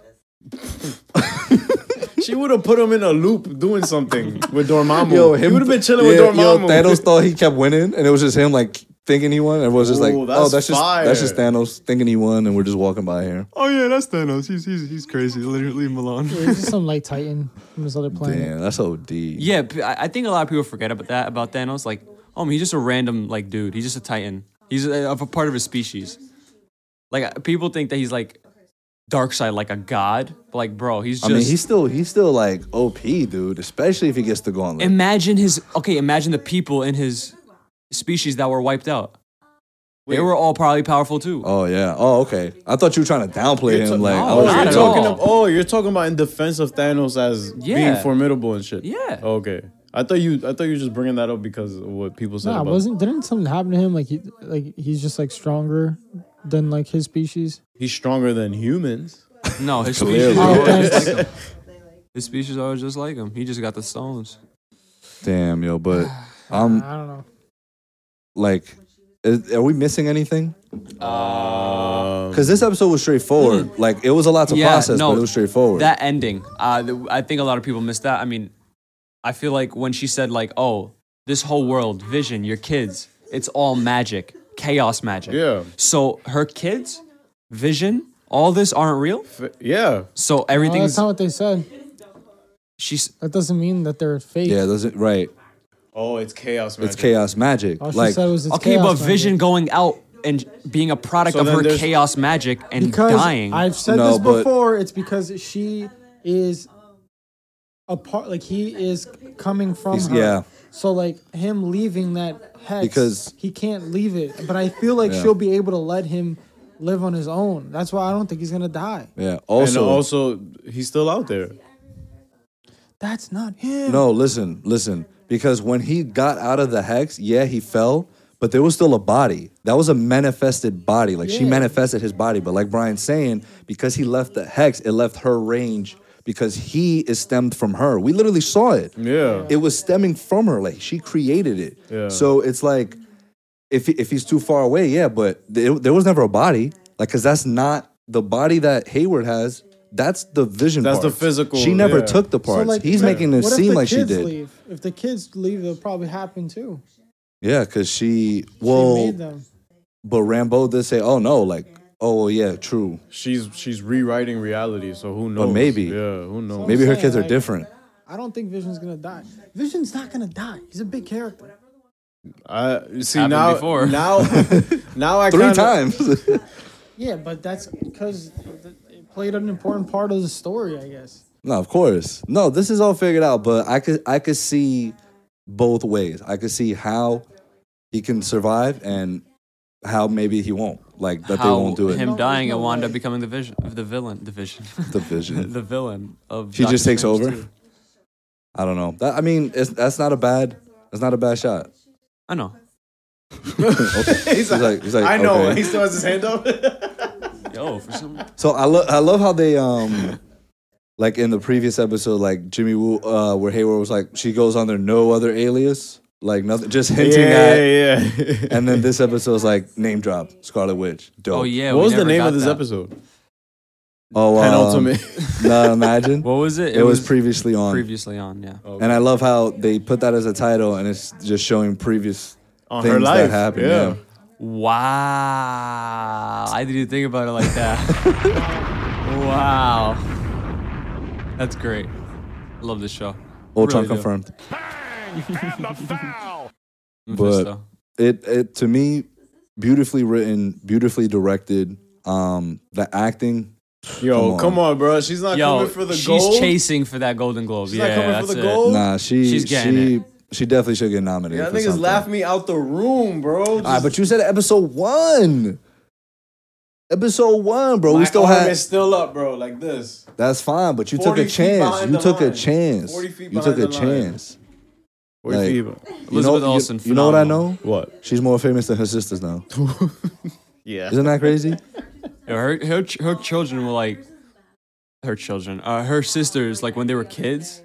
[SPEAKER 5] She would have put him in a loop doing something with Dormammu. he would have been chilling with
[SPEAKER 4] yeah, yo,
[SPEAKER 5] Dormammu.
[SPEAKER 4] Thanos thought he kept winning, and it was just him like thinking he won. Everyone's just like,
[SPEAKER 5] Ooh,
[SPEAKER 4] oh,
[SPEAKER 5] that's
[SPEAKER 4] that's just
[SPEAKER 5] fire.
[SPEAKER 4] that's just Thanos thinking he won, and we're just walking by here.
[SPEAKER 3] oh yeah that's Thanos he's he's, he's crazy literally Malone
[SPEAKER 2] Or is this some like Titan from this other planet?
[SPEAKER 4] Damn, that's OD.
[SPEAKER 3] yeah p- I I think a lot of people forget about that about Thanos like oh he's just a random like dude he's just a titan he's a, of a part of his species like uh, people think that he's like dark side like a god but like bro he's
[SPEAKER 4] I
[SPEAKER 3] just
[SPEAKER 4] mean, he's still he's still like OP, dude. Especially if he gets to go on. Like,
[SPEAKER 3] imagine his okay imagine the people in his species that were wiped out they
[SPEAKER 5] Wait.
[SPEAKER 3] were all probably powerful too
[SPEAKER 4] oh yeah. Oh okay. I thought you were trying to downplay
[SPEAKER 5] You're
[SPEAKER 4] him.
[SPEAKER 5] ta-
[SPEAKER 4] like,
[SPEAKER 3] no,
[SPEAKER 4] oh,
[SPEAKER 5] Oh,
[SPEAKER 3] not
[SPEAKER 5] you're
[SPEAKER 3] at
[SPEAKER 5] talking
[SPEAKER 3] all.
[SPEAKER 5] ab- oh, you're talking about in defense of Thanos as
[SPEAKER 3] Yeah.
[SPEAKER 5] being formidable and shit.
[SPEAKER 3] Yeah.
[SPEAKER 5] Okay. I thought you I thought you were just bringing that up because of what people said
[SPEAKER 2] Nah,
[SPEAKER 5] about
[SPEAKER 2] wasn't didn't something happen to him? Like he like he's just like stronger than like his species.
[SPEAKER 5] he's stronger than humans.
[SPEAKER 3] no his
[SPEAKER 4] Clearly.
[SPEAKER 3] species, are
[SPEAKER 2] Oh,
[SPEAKER 3] always
[SPEAKER 2] thanks.
[SPEAKER 3] like him. his species are just like him he just got the stones
[SPEAKER 4] damn, yo. But I'm
[SPEAKER 2] I don't know.
[SPEAKER 4] like, is, are we missing anything?
[SPEAKER 5] Um,
[SPEAKER 4] Because this episode was straightforward. Like, it was a lot to
[SPEAKER 3] Hmm. Yeah,
[SPEAKER 4] process,
[SPEAKER 3] no,
[SPEAKER 4] but it was straightforward.
[SPEAKER 3] that ending uh, th- i think a lot of people missed that i mean i feel like when she said like oh this whole world vision your kids it's all magic chaos magic
[SPEAKER 5] Yeah.
[SPEAKER 3] so her kids vision all this aren't real
[SPEAKER 5] f- yeah.
[SPEAKER 3] so
[SPEAKER 2] Oh, that's
[SPEAKER 3] everything's
[SPEAKER 2] not what they said.
[SPEAKER 3] she's
[SPEAKER 2] That doesn't mean that they're fake.
[SPEAKER 4] Yeah, does it right?
[SPEAKER 5] Oh, it's chaos, man.
[SPEAKER 4] It's chaos magic.
[SPEAKER 2] All she
[SPEAKER 4] like
[SPEAKER 2] said was it's
[SPEAKER 3] okay,
[SPEAKER 2] chaos
[SPEAKER 3] but
[SPEAKER 2] magic.
[SPEAKER 3] Vision going out and being a product
[SPEAKER 5] So
[SPEAKER 3] of
[SPEAKER 5] then
[SPEAKER 3] her
[SPEAKER 5] there's-
[SPEAKER 3] chaos magic and
[SPEAKER 2] because
[SPEAKER 3] dying.
[SPEAKER 2] I've said
[SPEAKER 4] No,
[SPEAKER 2] this
[SPEAKER 4] but-
[SPEAKER 2] before. It's because she is a part. Like he is coming from
[SPEAKER 4] He's-
[SPEAKER 2] her.
[SPEAKER 4] yeah.
[SPEAKER 2] So like him leaving that hex
[SPEAKER 4] Because-
[SPEAKER 2] he can't leave it. But I feel like
[SPEAKER 4] Yeah.
[SPEAKER 2] she'll be able to let him live on his own. That's why I don't think he's gonna die.
[SPEAKER 4] yeah.
[SPEAKER 5] And
[SPEAKER 4] Also,
[SPEAKER 5] also, he's still out there.
[SPEAKER 2] That's not him.
[SPEAKER 4] no. Listen, listen. Because when he got out of the hex, yeah, he fell, but there was still a body. That was a manifested body. Like she
[SPEAKER 2] Yeah.
[SPEAKER 4] manifested his body. But like Brian's saying, because he left the hex, it left her range. Because he is stemmed from her. We literally saw it.
[SPEAKER 5] Yeah.
[SPEAKER 4] it was stemming from her. Like she created it.
[SPEAKER 5] Yeah.
[SPEAKER 4] So it's like, if he- if he's too far away, yeah. But there, there was never a body. Like, cause that's not the body that Hayward has. That's the vision.
[SPEAKER 5] That's the
[SPEAKER 4] parts.
[SPEAKER 5] physical,
[SPEAKER 4] She never
[SPEAKER 5] yeah.
[SPEAKER 4] took the parts. he's
[SPEAKER 2] what-
[SPEAKER 4] making it
[SPEAKER 2] what if
[SPEAKER 4] seem
[SPEAKER 2] the
[SPEAKER 4] like she
[SPEAKER 2] kids
[SPEAKER 4] did.
[SPEAKER 2] Leave? If the kids leave, they'll probably happen too.
[SPEAKER 4] Yeah, cause she.
[SPEAKER 2] She
[SPEAKER 4] Well,
[SPEAKER 2] made them.
[SPEAKER 4] but Rambo did say, "Oh no, like, oh well, yeah, true.
[SPEAKER 5] She's she's rewriting reality, so who knows?
[SPEAKER 4] maybe.
[SPEAKER 5] Yeah, who knows?
[SPEAKER 4] Maybe her
[SPEAKER 2] saying,
[SPEAKER 4] kids are
[SPEAKER 2] like-
[SPEAKER 4] different."
[SPEAKER 2] I don't think Vision's gonna die. Vision's not gonna die. He's a big character.
[SPEAKER 5] I see
[SPEAKER 3] Happened
[SPEAKER 5] now.
[SPEAKER 3] before.
[SPEAKER 5] Now, now I
[SPEAKER 4] 3
[SPEAKER 5] kinda,
[SPEAKER 4] times.
[SPEAKER 2] Yeah, but that's because it played an important part of the story, I guess.
[SPEAKER 4] No, of course. No, this is all figured out, but I could I could see both ways. I could see how he can survive and how maybe he won't. Like that
[SPEAKER 3] how
[SPEAKER 4] they won't do it.
[SPEAKER 3] him
[SPEAKER 2] No,
[SPEAKER 3] dying
[SPEAKER 2] there's
[SPEAKER 3] and
[SPEAKER 2] no
[SPEAKER 3] Wanda
[SPEAKER 2] way.
[SPEAKER 3] becoming the vision, the villain, the vision,
[SPEAKER 4] The vision.
[SPEAKER 3] the villain of.
[SPEAKER 4] She
[SPEAKER 3] Doctor
[SPEAKER 4] just takes
[SPEAKER 3] Strange
[SPEAKER 4] over?
[SPEAKER 3] 2.
[SPEAKER 4] I don't know. That, I mean, it's, that's not a bad. That's not a bad shot.
[SPEAKER 3] I know.
[SPEAKER 5] He's
[SPEAKER 4] He's
[SPEAKER 5] like,
[SPEAKER 4] like, he's like,
[SPEAKER 5] I know.
[SPEAKER 4] okay.
[SPEAKER 5] He still has his hand up.
[SPEAKER 3] Yo, for some.
[SPEAKER 4] So I love I love how they um like in the previous episode, like Jimmy Woo, uh, where Hayward was like, she goes under no other alias, like nothing, just hinting at.
[SPEAKER 5] yeah, yeah.
[SPEAKER 4] And then this episode's like name drop Scarlet Witch. Dope.
[SPEAKER 3] Oh yeah.
[SPEAKER 5] what
[SPEAKER 3] we
[SPEAKER 5] was the
[SPEAKER 3] never
[SPEAKER 5] name
[SPEAKER 3] got
[SPEAKER 5] of this
[SPEAKER 3] that.
[SPEAKER 5] episode?
[SPEAKER 4] Oh, um,
[SPEAKER 5] Penultimate.
[SPEAKER 4] no, imagine.
[SPEAKER 3] What was it?
[SPEAKER 4] it, was, Oh. previously on.
[SPEAKER 3] previously on. Yeah.
[SPEAKER 4] And I love how they put that as a title and it's just showing previous
[SPEAKER 5] On
[SPEAKER 4] things
[SPEAKER 5] her life.
[SPEAKER 4] that happened. Yeah.
[SPEAKER 5] yeah.
[SPEAKER 3] Wow. I didn't think about it like that. wow. That's great. Love this show.
[SPEAKER 4] Ultron
[SPEAKER 3] Really do.
[SPEAKER 4] confirmed.
[SPEAKER 3] Mephisto.
[SPEAKER 4] It it to me, beautifully written, beautifully directed. Um the acting.
[SPEAKER 5] Yo, come on.
[SPEAKER 4] on.
[SPEAKER 5] bro. She's not
[SPEAKER 3] Yo,
[SPEAKER 5] coming for the
[SPEAKER 3] she's
[SPEAKER 5] gold.
[SPEAKER 3] chasing for that Golden Globe.
[SPEAKER 5] She's not
[SPEAKER 3] yeah,
[SPEAKER 5] coming for
[SPEAKER 3] that's
[SPEAKER 5] the
[SPEAKER 3] it.
[SPEAKER 5] gold?
[SPEAKER 4] Nah, she
[SPEAKER 3] She's getting
[SPEAKER 4] she she definitely should get nominated.
[SPEAKER 5] That
[SPEAKER 4] for
[SPEAKER 5] nigga's
[SPEAKER 4] something.
[SPEAKER 5] laughed me out the room, bro.
[SPEAKER 4] All right,
[SPEAKER 5] Just-
[SPEAKER 4] but you said episode one. Episode one, bro.
[SPEAKER 5] my
[SPEAKER 4] we still
[SPEAKER 5] arm
[SPEAKER 4] had
[SPEAKER 5] is still up, bro, like this.
[SPEAKER 4] that's fine, but you took
[SPEAKER 5] 40
[SPEAKER 4] a
[SPEAKER 5] feet
[SPEAKER 4] chance.
[SPEAKER 5] behind
[SPEAKER 4] You
[SPEAKER 5] the
[SPEAKER 4] took a
[SPEAKER 5] line.
[SPEAKER 4] chance.
[SPEAKER 5] 40 feet
[SPEAKER 4] You took a
[SPEAKER 5] behind the line.
[SPEAKER 4] chance.
[SPEAKER 5] Where
[SPEAKER 4] Like-
[SPEAKER 5] you feel-
[SPEAKER 4] You
[SPEAKER 3] Elizabeth
[SPEAKER 4] know,
[SPEAKER 3] Olsen.
[SPEAKER 4] You, you know what I
[SPEAKER 3] phenomenal.
[SPEAKER 4] know?
[SPEAKER 5] What?
[SPEAKER 4] She's more famous than her sisters now.
[SPEAKER 5] Yeah.
[SPEAKER 4] Isn't that crazy?
[SPEAKER 3] Yo, her, her ch- her children were like her children. Uh, her sisters like when they were kids.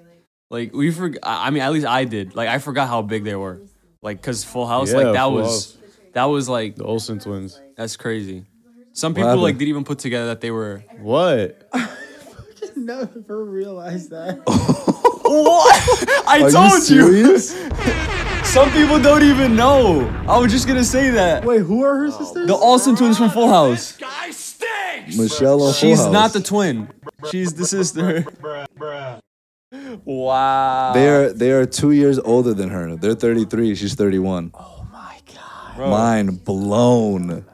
[SPEAKER 3] Like we forgot. I I mean, at least I did. Like I forgot how big they were. Like cause Full House.
[SPEAKER 5] Yeah,
[SPEAKER 3] like that
[SPEAKER 5] Full
[SPEAKER 3] was that was like
[SPEAKER 5] The Olsen twins.
[SPEAKER 3] that's crazy. Some
[SPEAKER 4] What
[SPEAKER 3] people
[SPEAKER 4] happened?
[SPEAKER 3] like didn't even put together that they were.
[SPEAKER 5] What?
[SPEAKER 2] Never realized that.
[SPEAKER 3] What? I
[SPEAKER 4] Are
[SPEAKER 3] told you,
[SPEAKER 4] serious?
[SPEAKER 3] Some people don't even know. I was just gonna say that.
[SPEAKER 2] Wait, who
[SPEAKER 5] Oh.
[SPEAKER 2] are her sisters?
[SPEAKER 3] The Olsen twins from Full House.
[SPEAKER 4] Michelle on Full
[SPEAKER 3] She's
[SPEAKER 4] House.
[SPEAKER 3] not the twin. She's the sister. Wow.
[SPEAKER 4] They are they are two years older than her. They're 33. She's 31. Oh my god. Mind blown.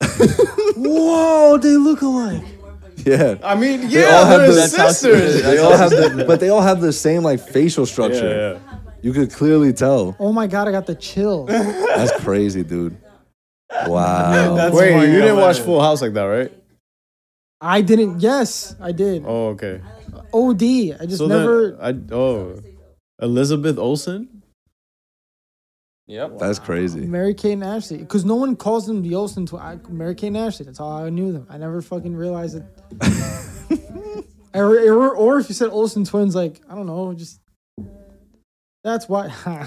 [SPEAKER 2] Whoa, they look alike.
[SPEAKER 4] Yeah.
[SPEAKER 5] I mean, yeah,
[SPEAKER 4] all have
[SPEAKER 5] they're
[SPEAKER 4] the-
[SPEAKER 3] that's
[SPEAKER 5] sisters.
[SPEAKER 4] They all have the, but they all have the same like facial structure.
[SPEAKER 5] Yeah,
[SPEAKER 4] You could clearly tell.
[SPEAKER 2] Oh my god, I got the chills.
[SPEAKER 4] That's crazy, dude. Wow.
[SPEAKER 5] yeah. Wait,
[SPEAKER 2] fucking
[SPEAKER 5] you didn't
[SPEAKER 2] hilarious.
[SPEAKER 5] watch Full House like that, right?
[SPEAKER 2] I didn't. Yes, I did.
[SPEAKER 5] Oh, okay.
[SPEAKER 2] OD. I just
[SPEAKER 5] So
[SPEAKER 2] never.
[SPEAKER 5] then, I oh, Elizabeth Olsen.
[SPEAKER 3] Yep.
[SPEAKER 4] That's crazy.
[SPEAKER 2] Mary Kate and Ashley, because no one calls them the Olsen twins. Mary Kate and Ashley. That's how I knew them. I never fucking realized it. or, or, or if you said Olsen twins, like I don't know, just that's why.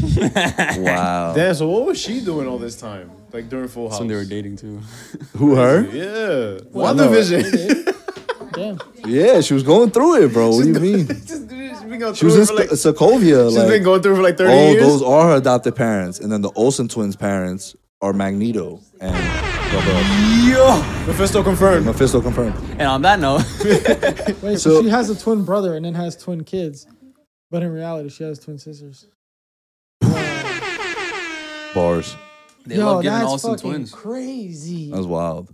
[SPEAKER 4] Wow.
[SPEAKER 5] Damn. So what was she doing all this time, like during Full House?
[SPEAKER 3] When they were dating too.
[SPEAKER 4] Who her?
[SPEAKER 5] Yeah.
[SPEAKER 4] no.
[SPEAKER 5] WandaVision.
[SPEAKER 2] Damn.
[SPEAKER 4] Yeah, she was going through it, bro. What do you mean?
[SPEAKER 5] She's been going
[SPEAKER 4] She
[SPEAKER 5] through
[SPEAKER 4] was in
[SPEAKER 5] it for
[SPEAKER 4] Sc-
[SPEAKER 5] like.
[SPEAKER 4] Sokovia.
[SPEAKER 5] She's
[SPEAKER 4] like-
[SPEAKER 5] been going through it for like thirty
[SPEAKER 4] Oh,
[SPEAKER 5] years.
[SPEAKER 4] those are her adopted parents, and then the Olsen twins' parents are Magneto and blah,
[SPEAKER 5] Mephisto
[SPEAKER 4] blah.
[SPEAKER 5] confirmed.
[SPEAKER 4] Mephisto confirmed.
[SPEAKER 3] And on that note,
[SPEAKER 2] Wait, so,
[SPEAKER 4] So-
[SPEAKER 2] she has a twin brother and then has twin kids, but in reality, she has twin sisters.
[SPEAKER 4] Bars.
[SPEAKER 3] they love giving Olsen
[SPEAKER 2] fucking
[SPEAKER 3] twins.
[SPEAKER 2] crazy.
[SPEAKER 4] That was wild.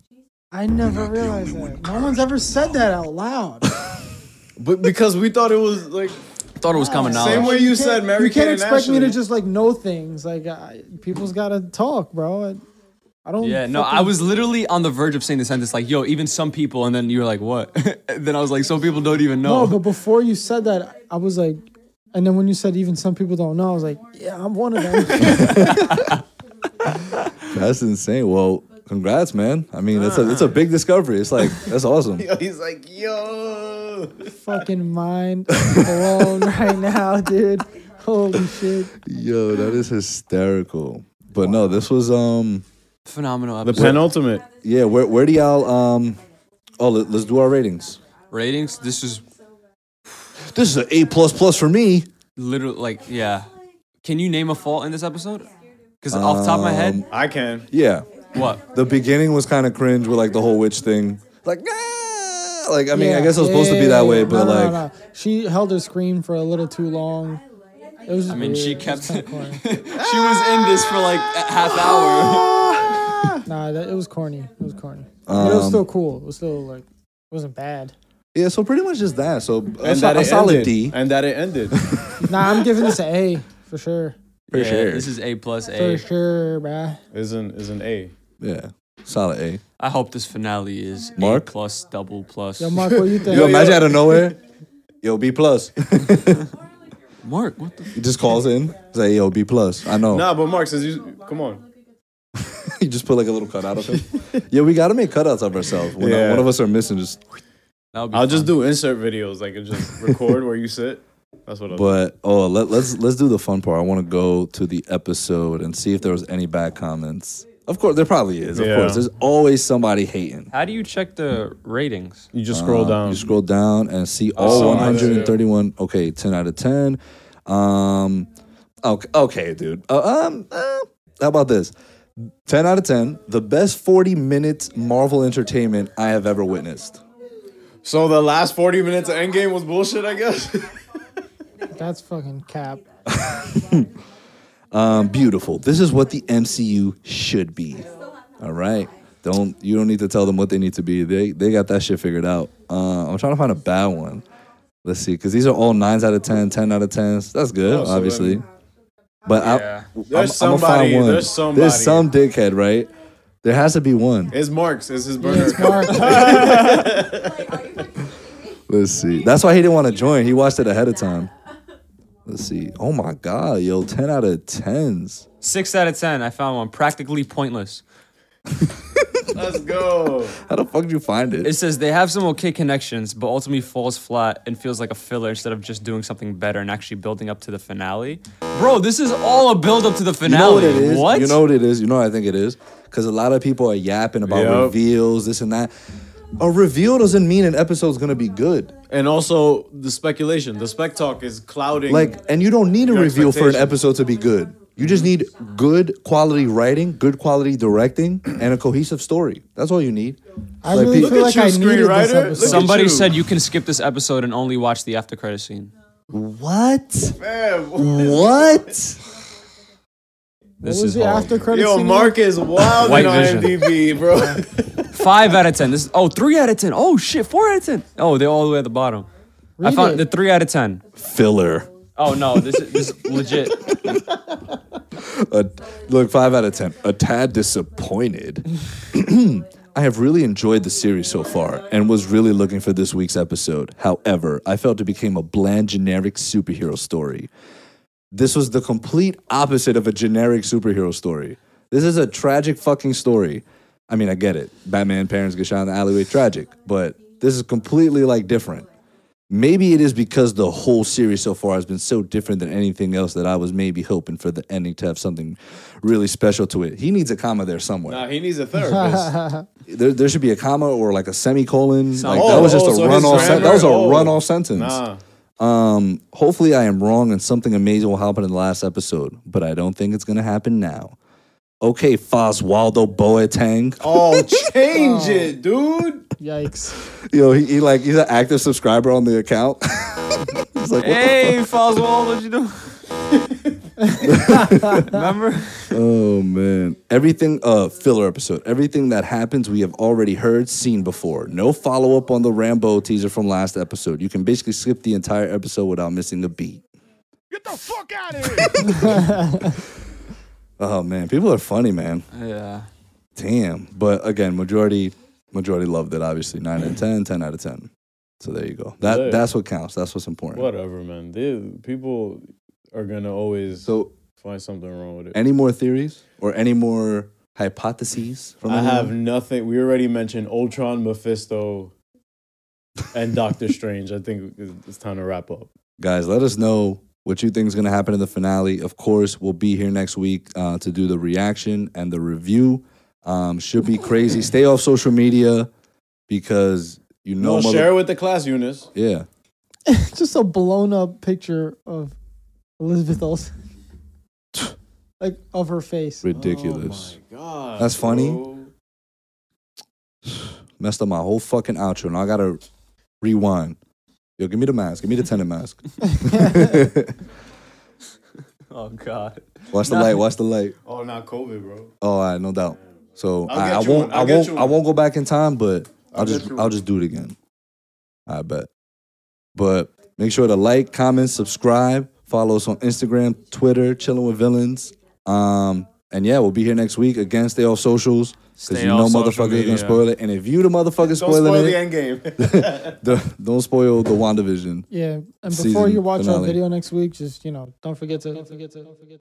[SPEAKER 2] I never realized that. No one's ever said that out loud.
[SPEAKER 5] But because we thought it was like
[SPEAKER 3] Thought it was common knowledge.
[SPEAKER 5] Same way you
[SPEAKER 2] can't-
[SPEAKER 5] said Mary
[SPEAKER 2] You can't
[SPEAKER 5] Kate and
[SPEAKER 2] expect me to
[SPEAKER 5] Ashley.
[SPEAKER 2] just like know things. Like I, people's gotta talk, bro. I, I don't.
[SPEAKER 3] Yeah, no, I
[SPEAKER 2] fucking-
[SPEAKER 3] was literally on the verge of saying the sentence like, "Yo, even some people," and then you were like, "What?" then I was like, "Some people don't even know."
[SPEAKER 2] No, but before you said that, I was like, and then when you said even some people don't know, I was like, yeah, I'm one of them.
[SPEAKER 4] That's insane. Well, congrats, man. I mean, that's a it's a big discovery. It's like that's awesome.
[SPEAKER 5] he's like, yo.
[SPEAKER 2] fucking mind blown right now, dude. Holy shit.
[SPEAKER 4] Yo, that is hysterical. But no, this was um
[SPEAKER 3] Phenomenal
[SPEAKER 5] The
[SPEAKER 3] episode.
[SPEAKER 5] penultimate.
[SPEAKER 4] yeah. Where where do y'all um? Oh, let, let's do our ratings.
[SPEAKER 3] ratings. This is
[SPEAKER 4] This is an A plus plus for me.
[SPEAKER 3] literally like, yeah. Can you name a fault in this episode? Because off the top of my head,
[SPEAKER 5] I can.
[SPEAKER 4] Yeah,
[SPEAKER 3] what?
[SPEAKER 4] the beginning was kind of cringe with like the whole witch thing. Like, ah! like I mean, I guess it was supposed to be that way,
[SPEAKER 2] Yeah,
[SPEAKER 4] but
[SPEAKER 2] no, no,
[SPEAKER 4] like,
[SPEAKER 2] no, no. she held her scream for a little too long. It was.
[SPEAKER 3] I mean, she kept. she
[SPEAKER 2] kinda corny.
[SPEAKER 3] was in this for like a half hour.
[SPEAKER 2] Nah, that, it was corny. It was corny. but it was
[SPEAKER 4] Um,
[SPEAKER 2] still cool. It was still like, it wasn't bad.
[SPEAKER 4] yeah. So pretty much just that. So a,
[SPEAKER 5] And
[SPEAKER 4] so-
[SPEAKER 5] that
[SPEAKER 4] a
[SPEAKER 5] it
[SPEAKER 4] solid
[SPEAKER 5] ended.
[SPEAKER 4] D.
[SPEAKER 5] And that it ended.
[SPEAKER 2] Nah, I'm giving this an A for sure.
[SPEAKER 4] For
[SPEAKER 3] yeah,
[SPEAKER 4] sure.
[SPEAKER 3] This is A plus
[SPEAKER 2] For
[SPEAKER 3] A.
[SPEAKER 2] sure, bruh.
[SPEAKER 5] is an is an A.
[SPEAKER 4] Yeah, solid A.
[SPEAKER 3] I hope this finale is
[SPEAKER 4] Mark?
[SPEAKER 3] A plus double plus.
[SPEAKER 2] Yo, Mark, what you think?
[SPEAKER 4] Yo, imagine out of nowhere. Yo, B plus.
[SPEAKER 3] Mark, what the?
[SPEAKER 4] he just calls in. He's like, yo, B plus. I know.
[SPEAKER 5] Nah, but Mark says you come on.
[SPEAKER 4] you just put like a little cutout of him. yeah, we gotta make cutouts of ourselves. When uh,
[SPEAKER 5] Yeah.
[SPEAKER 4] one of us are missing, just
[SPEAKER 3] That would be
[SPEAKER 5] I'll just
[SPEAKER 3] fun.
[SPEAKER 5] do insert videos. Like just record where you sit. That's what I'll do.
[SPEAKER 4] but oh let, let's let's do the fun part. I wanna go to the episode and see if there was any bad comments. Of course there probably is, of
[SPEAKER 5] Yeah.
[SPEAKER 4] course. There's always somebody hating.
[SPEAKER 3] How do you check the ratings?
[SPEAKER 5] You just scroll
[SPEAKER 4] Uh,
[SPEAKER 5] down.
[SPEAKER 4] You scroll down and see all
[SPEAKER 5] saw that,
[SPEAKER 4] 131. Okay, 10 out of 10. Um, okay, okay dude. Uh, um, uh, how about this? 10 out of 10. The best 40 minutes Marvel entertainment I have ever witnessed.
[SPEAKER 5] so the last 40 minutes of Endgame was bullshit, I guess.
[SPEAKER 2] That's fucking cap.
[SPEAKER 4] Um, beautiful. This is what the MCU should be. All right. Don't you don't need to tell them what they need to be. They they got that shit figured out. Uh, I'm trying to find a bad one. Let's see, because these are all nines out of 10, 10 out of tens. That's good,
[SPEAKER 5] Oh, so then-
[SPEAKER 4] obviously. But
[SPEAKER 3] Yeah.
[SPEAKER 4] I,
[SPEAKER 5] There's
[SPEAKER 4] I'm, I'm gonna
[SPEAKER 5] somebody,
[SPEAKER 4] find one.
[SPEAKER 5] there's somebody.
[SPEAKER 4] There's some dickhead, right? There has to be one.
[SPEAKER 5] it's Mark's. It's his burner.
[SPEAKER 2] Yes, Mark.
[SPEAKER 4] Let's see. That's why he didn't want to join. He watched it ahead of time. Let's see. Oh my god, yo, ten out of tens.
[SPEAKER 3] Six out of ten. I found one practically pointless.
[SPEAKER 5] Let's go.
[SPEAKER 4] How the fuck did you find it?
[SPEAKER 3] It says they have some okay connections, but ultimately falls flat and feels like a filler instead of just doing something better and actually building up to the finale. Bro, this is all a build up to the
[SPEAKER 4] You know
[SPEAKER 3] finale.
[SPEAKER 4] what it is?
[SPEAKER 3] What?
[SPEAKER 4] You know what it is? You know what I think it is? Because a lot of people are yapping about
[SPEAKER 5] Yep.
[SPEAKER 4] reveals, this and that. A reveal doesn't mean an episode's gonna be good.
[SPEAKER 5] And also the speculation. The spec talk is clouding.
[SPEAKER 4] Like, and you don't need a
[SPEAKER 5] Your
[SPEAKER 4] reveal for an
[SPEAKER 5] expectations.
[SPEAKER 4] episode to be good. You just need good quality writing, good quality directing, and a cohesive story. That's all you need.
[SPEAKER 2] I
[SPEAKER 4] Like,
[SPEAKER 2] really
[SPEAKER 4] pe-
[SPEAKER 2] feel
[SPEAKER 5] Look
[SPEAKER 2] like
[SPEAKER 5] at
[SPEAKER 2] I
[SPEAKER 5] you,
[SPEAKER 2] needed this
[SPEAKER 5] screenwriter. Look
[SPEAKER 2] episode.
[SPEAKER 5] at
[SPEAKER 3] Somebody
[SPEAKER 5] you.
[SPEAKER 3] said you can skip this episode and only watch the after credit scene.
[SPEAKER 4] What?
[SPEAKER 5] Man, what-
[SPEAKER 4] What?
[SPEAKER 3] This
[SPEAKER 2] what was
[SPEAKER 3] is
[SPEAKER 2] the
[SPEAKER 3] all.
[SPEAKER 2] after credit
[SPEAKER 5] yo,
[SPEAKER 2] scene?
[SPEAKER 5] Mark is wild
[SPEAKER 3] White
[SPEAKER 5] on
[SPEAKER 3] vision.
[SPEAKER 5] IMDb, bro.
[SPEAKER 3] Five out of ten. This is oh three out of ten. Oh shit, four out of ten. Oh, they're all the way at the bottom. I
[SPEAKER 2] Read
[SPEAKER 3] found
[SPEAKER 2] it.
[SPEAKER 3] the three out of ten.
[SPEAKER 4] Filler.
[SPEAKER 3] Oh no, this is this is legit.
[SPEAKER 4] A, look, five out of ten. A tad disappointed. I have really enjoyed the series so far and was really looking for this week's episode. However, I felt it became a bland, generic superhero story. This was the complete opposite of a generic superhero story. This is a tragic fucking story. I mean, I get it. Batman parents get shot in the alleyway, tragic, but this is completely like different. Maybe it is because the whole series so far has been so different than anything else that I was maybe hoping for the ending to have something really special to it. He needs a comma there somewhere
[SPEAKER 5] nah, he needs a therapist.
[SPEAKER 4] there, there should be a comma or like a semicolon. Like
[SPEAKER 5] Oh,
[SPEAKER 4] that was just
[SPEAKER 5] oh,
[SPEAKER 4] a
[SPEAKER 5] so his
[SPEAKER 4] run off. Sen- that
[SPEAKER 5] grammar-
[SPEAKER 4] was a
[SPEAKER 5] oh.
[SPEAKER 4] run off sentence.
[SPEAKER 5] nah.
[SPEAKER 4] Um, hopefully, I am wrong and something amazing will happen in the last episode, but I don't think it's gonna happen now. Okay, Foswaldo Boateng.
[SPEAKER 5] Oh, change it, dude.
[SPEAKER 2] Yikes.
[SPEAKER 4] Yo, he, he like he's an active subscriber on the account. he's like, what
[SPEAKER 3] Hey, Foswell, what you doing? Remember?
[SPEAKER 4] the? Oh man, everything. Uh, filler episode. Everything that happens, we have already heard, seen before. No follow up on the Rambo teaser from last episode. You can basically skip the entire episode without missing a beat. Get the fuck out of here! oh man, people are funny, man.
[SPEAKER 3] Yeah.
[SPEAKER 4] Damn. But again, majority majority loved it, obviously. Nine out of 10, 10 out of ten. So there you go. That
[SPEAKER 5] Yeah.
[SPEAKER 4] that's what counts. That's what's important.
[SPEAKER 5] Whatever, man. They- people are gonna always
[SPEAKER 4] So
[SPEAKER 5] find something wrong with it.
[SPEAKER 4] any more theories or any more hypotheses from
[SPEAKER 5] I
[SPEAKER 4] anyone?
[SPEAKER 5] have nothing. We already mentioned Ultron, Mephisto, and Doctor Strange. I think it's it's time to wrap up.
[SPEAKER 4] guys, let us know what you think is going to happen in the finale. Of course, we'll be here next week uh, to do the reaction and the review. Um, should be crazy. Stay off social media because you know
[SPEAKER 5] No,
[SPEAKER 4] mother-
[SPEAKER 5] share with the class, Eunice.
[SPEAKER 4] Yeah.
[SPEAKER 2] Just a blown up picture of Elizabeth Olsen. like of her face.
[SPEAKER 4] Ridiculous.
[SPEAKER 5] Oh my God,
[SPEAKER 4] That's funny.
[SPEAKER 5] bro.
[SPEAKER 4] messed up my whole fucking outro. Now I gotta rewind. Yo, give me the mask. Give me the tenant mask.
[SPEAKER 3] Oh, God.
[SPEAKER 4] Watch the light. Watch the light.
[SPEAKER 5] Oh, not COVID, bro.
[SPEAKER 4] Oh, all right, no doubt. So
[SPEAKER 5] I'll
[SPEAKER 4] I, I
[SPEAKER 5] get you
[SPEAKER 4] won't.
[SPEAKER 5] one.
[SPEAKER 4] I
[SPEAKER 5] I'll get
[SPEAKER 4] won't.
[SPEAKER 5] you
[SPEAKER 4] I
[SPEAKER 5] one.
[SPEAKER 4] won't go back in time, but I'll,
[SPEAKER 5] I'll get
[SPEAKER 4] just.
[SPEAKER 5] you
[SPEAKER 4] I'll
[SPEAKER 5] one.
[SPEAKER 4] just do it again. I bet. But make sure to like, comment, subscribe, follow us on Instagram, Twitter, Chilling with Villains. Um, and yeah, we'll be here next week. Again, stay off socials because
[SPEAKER 3] Stay
[SPEAKER 4] you know
[SPEAKER 3] off social
[SPEAKER 4] motherfuckers gonna
[SPEAKER 3] media.
[SPEAKER 4] spoil it. And if you the motherfucker
[SPEAKER 5] Don't spoil
[SPEAKER 4] spoiling
[SPEAKER 5] the
[SPEAKER 4] it,
[SPEAKER 5] end game.
[SPEAKER 4] the, don't spoil the Wandavision.
[SPEAKER 2] Yeah. And before
[SPEAKER 4] Season
[SPEAKER 2] you watch
[SPEAKER 4] finale.
[SPEAKER 2] our video next week, just you know, don't forget to don't forget to don't forget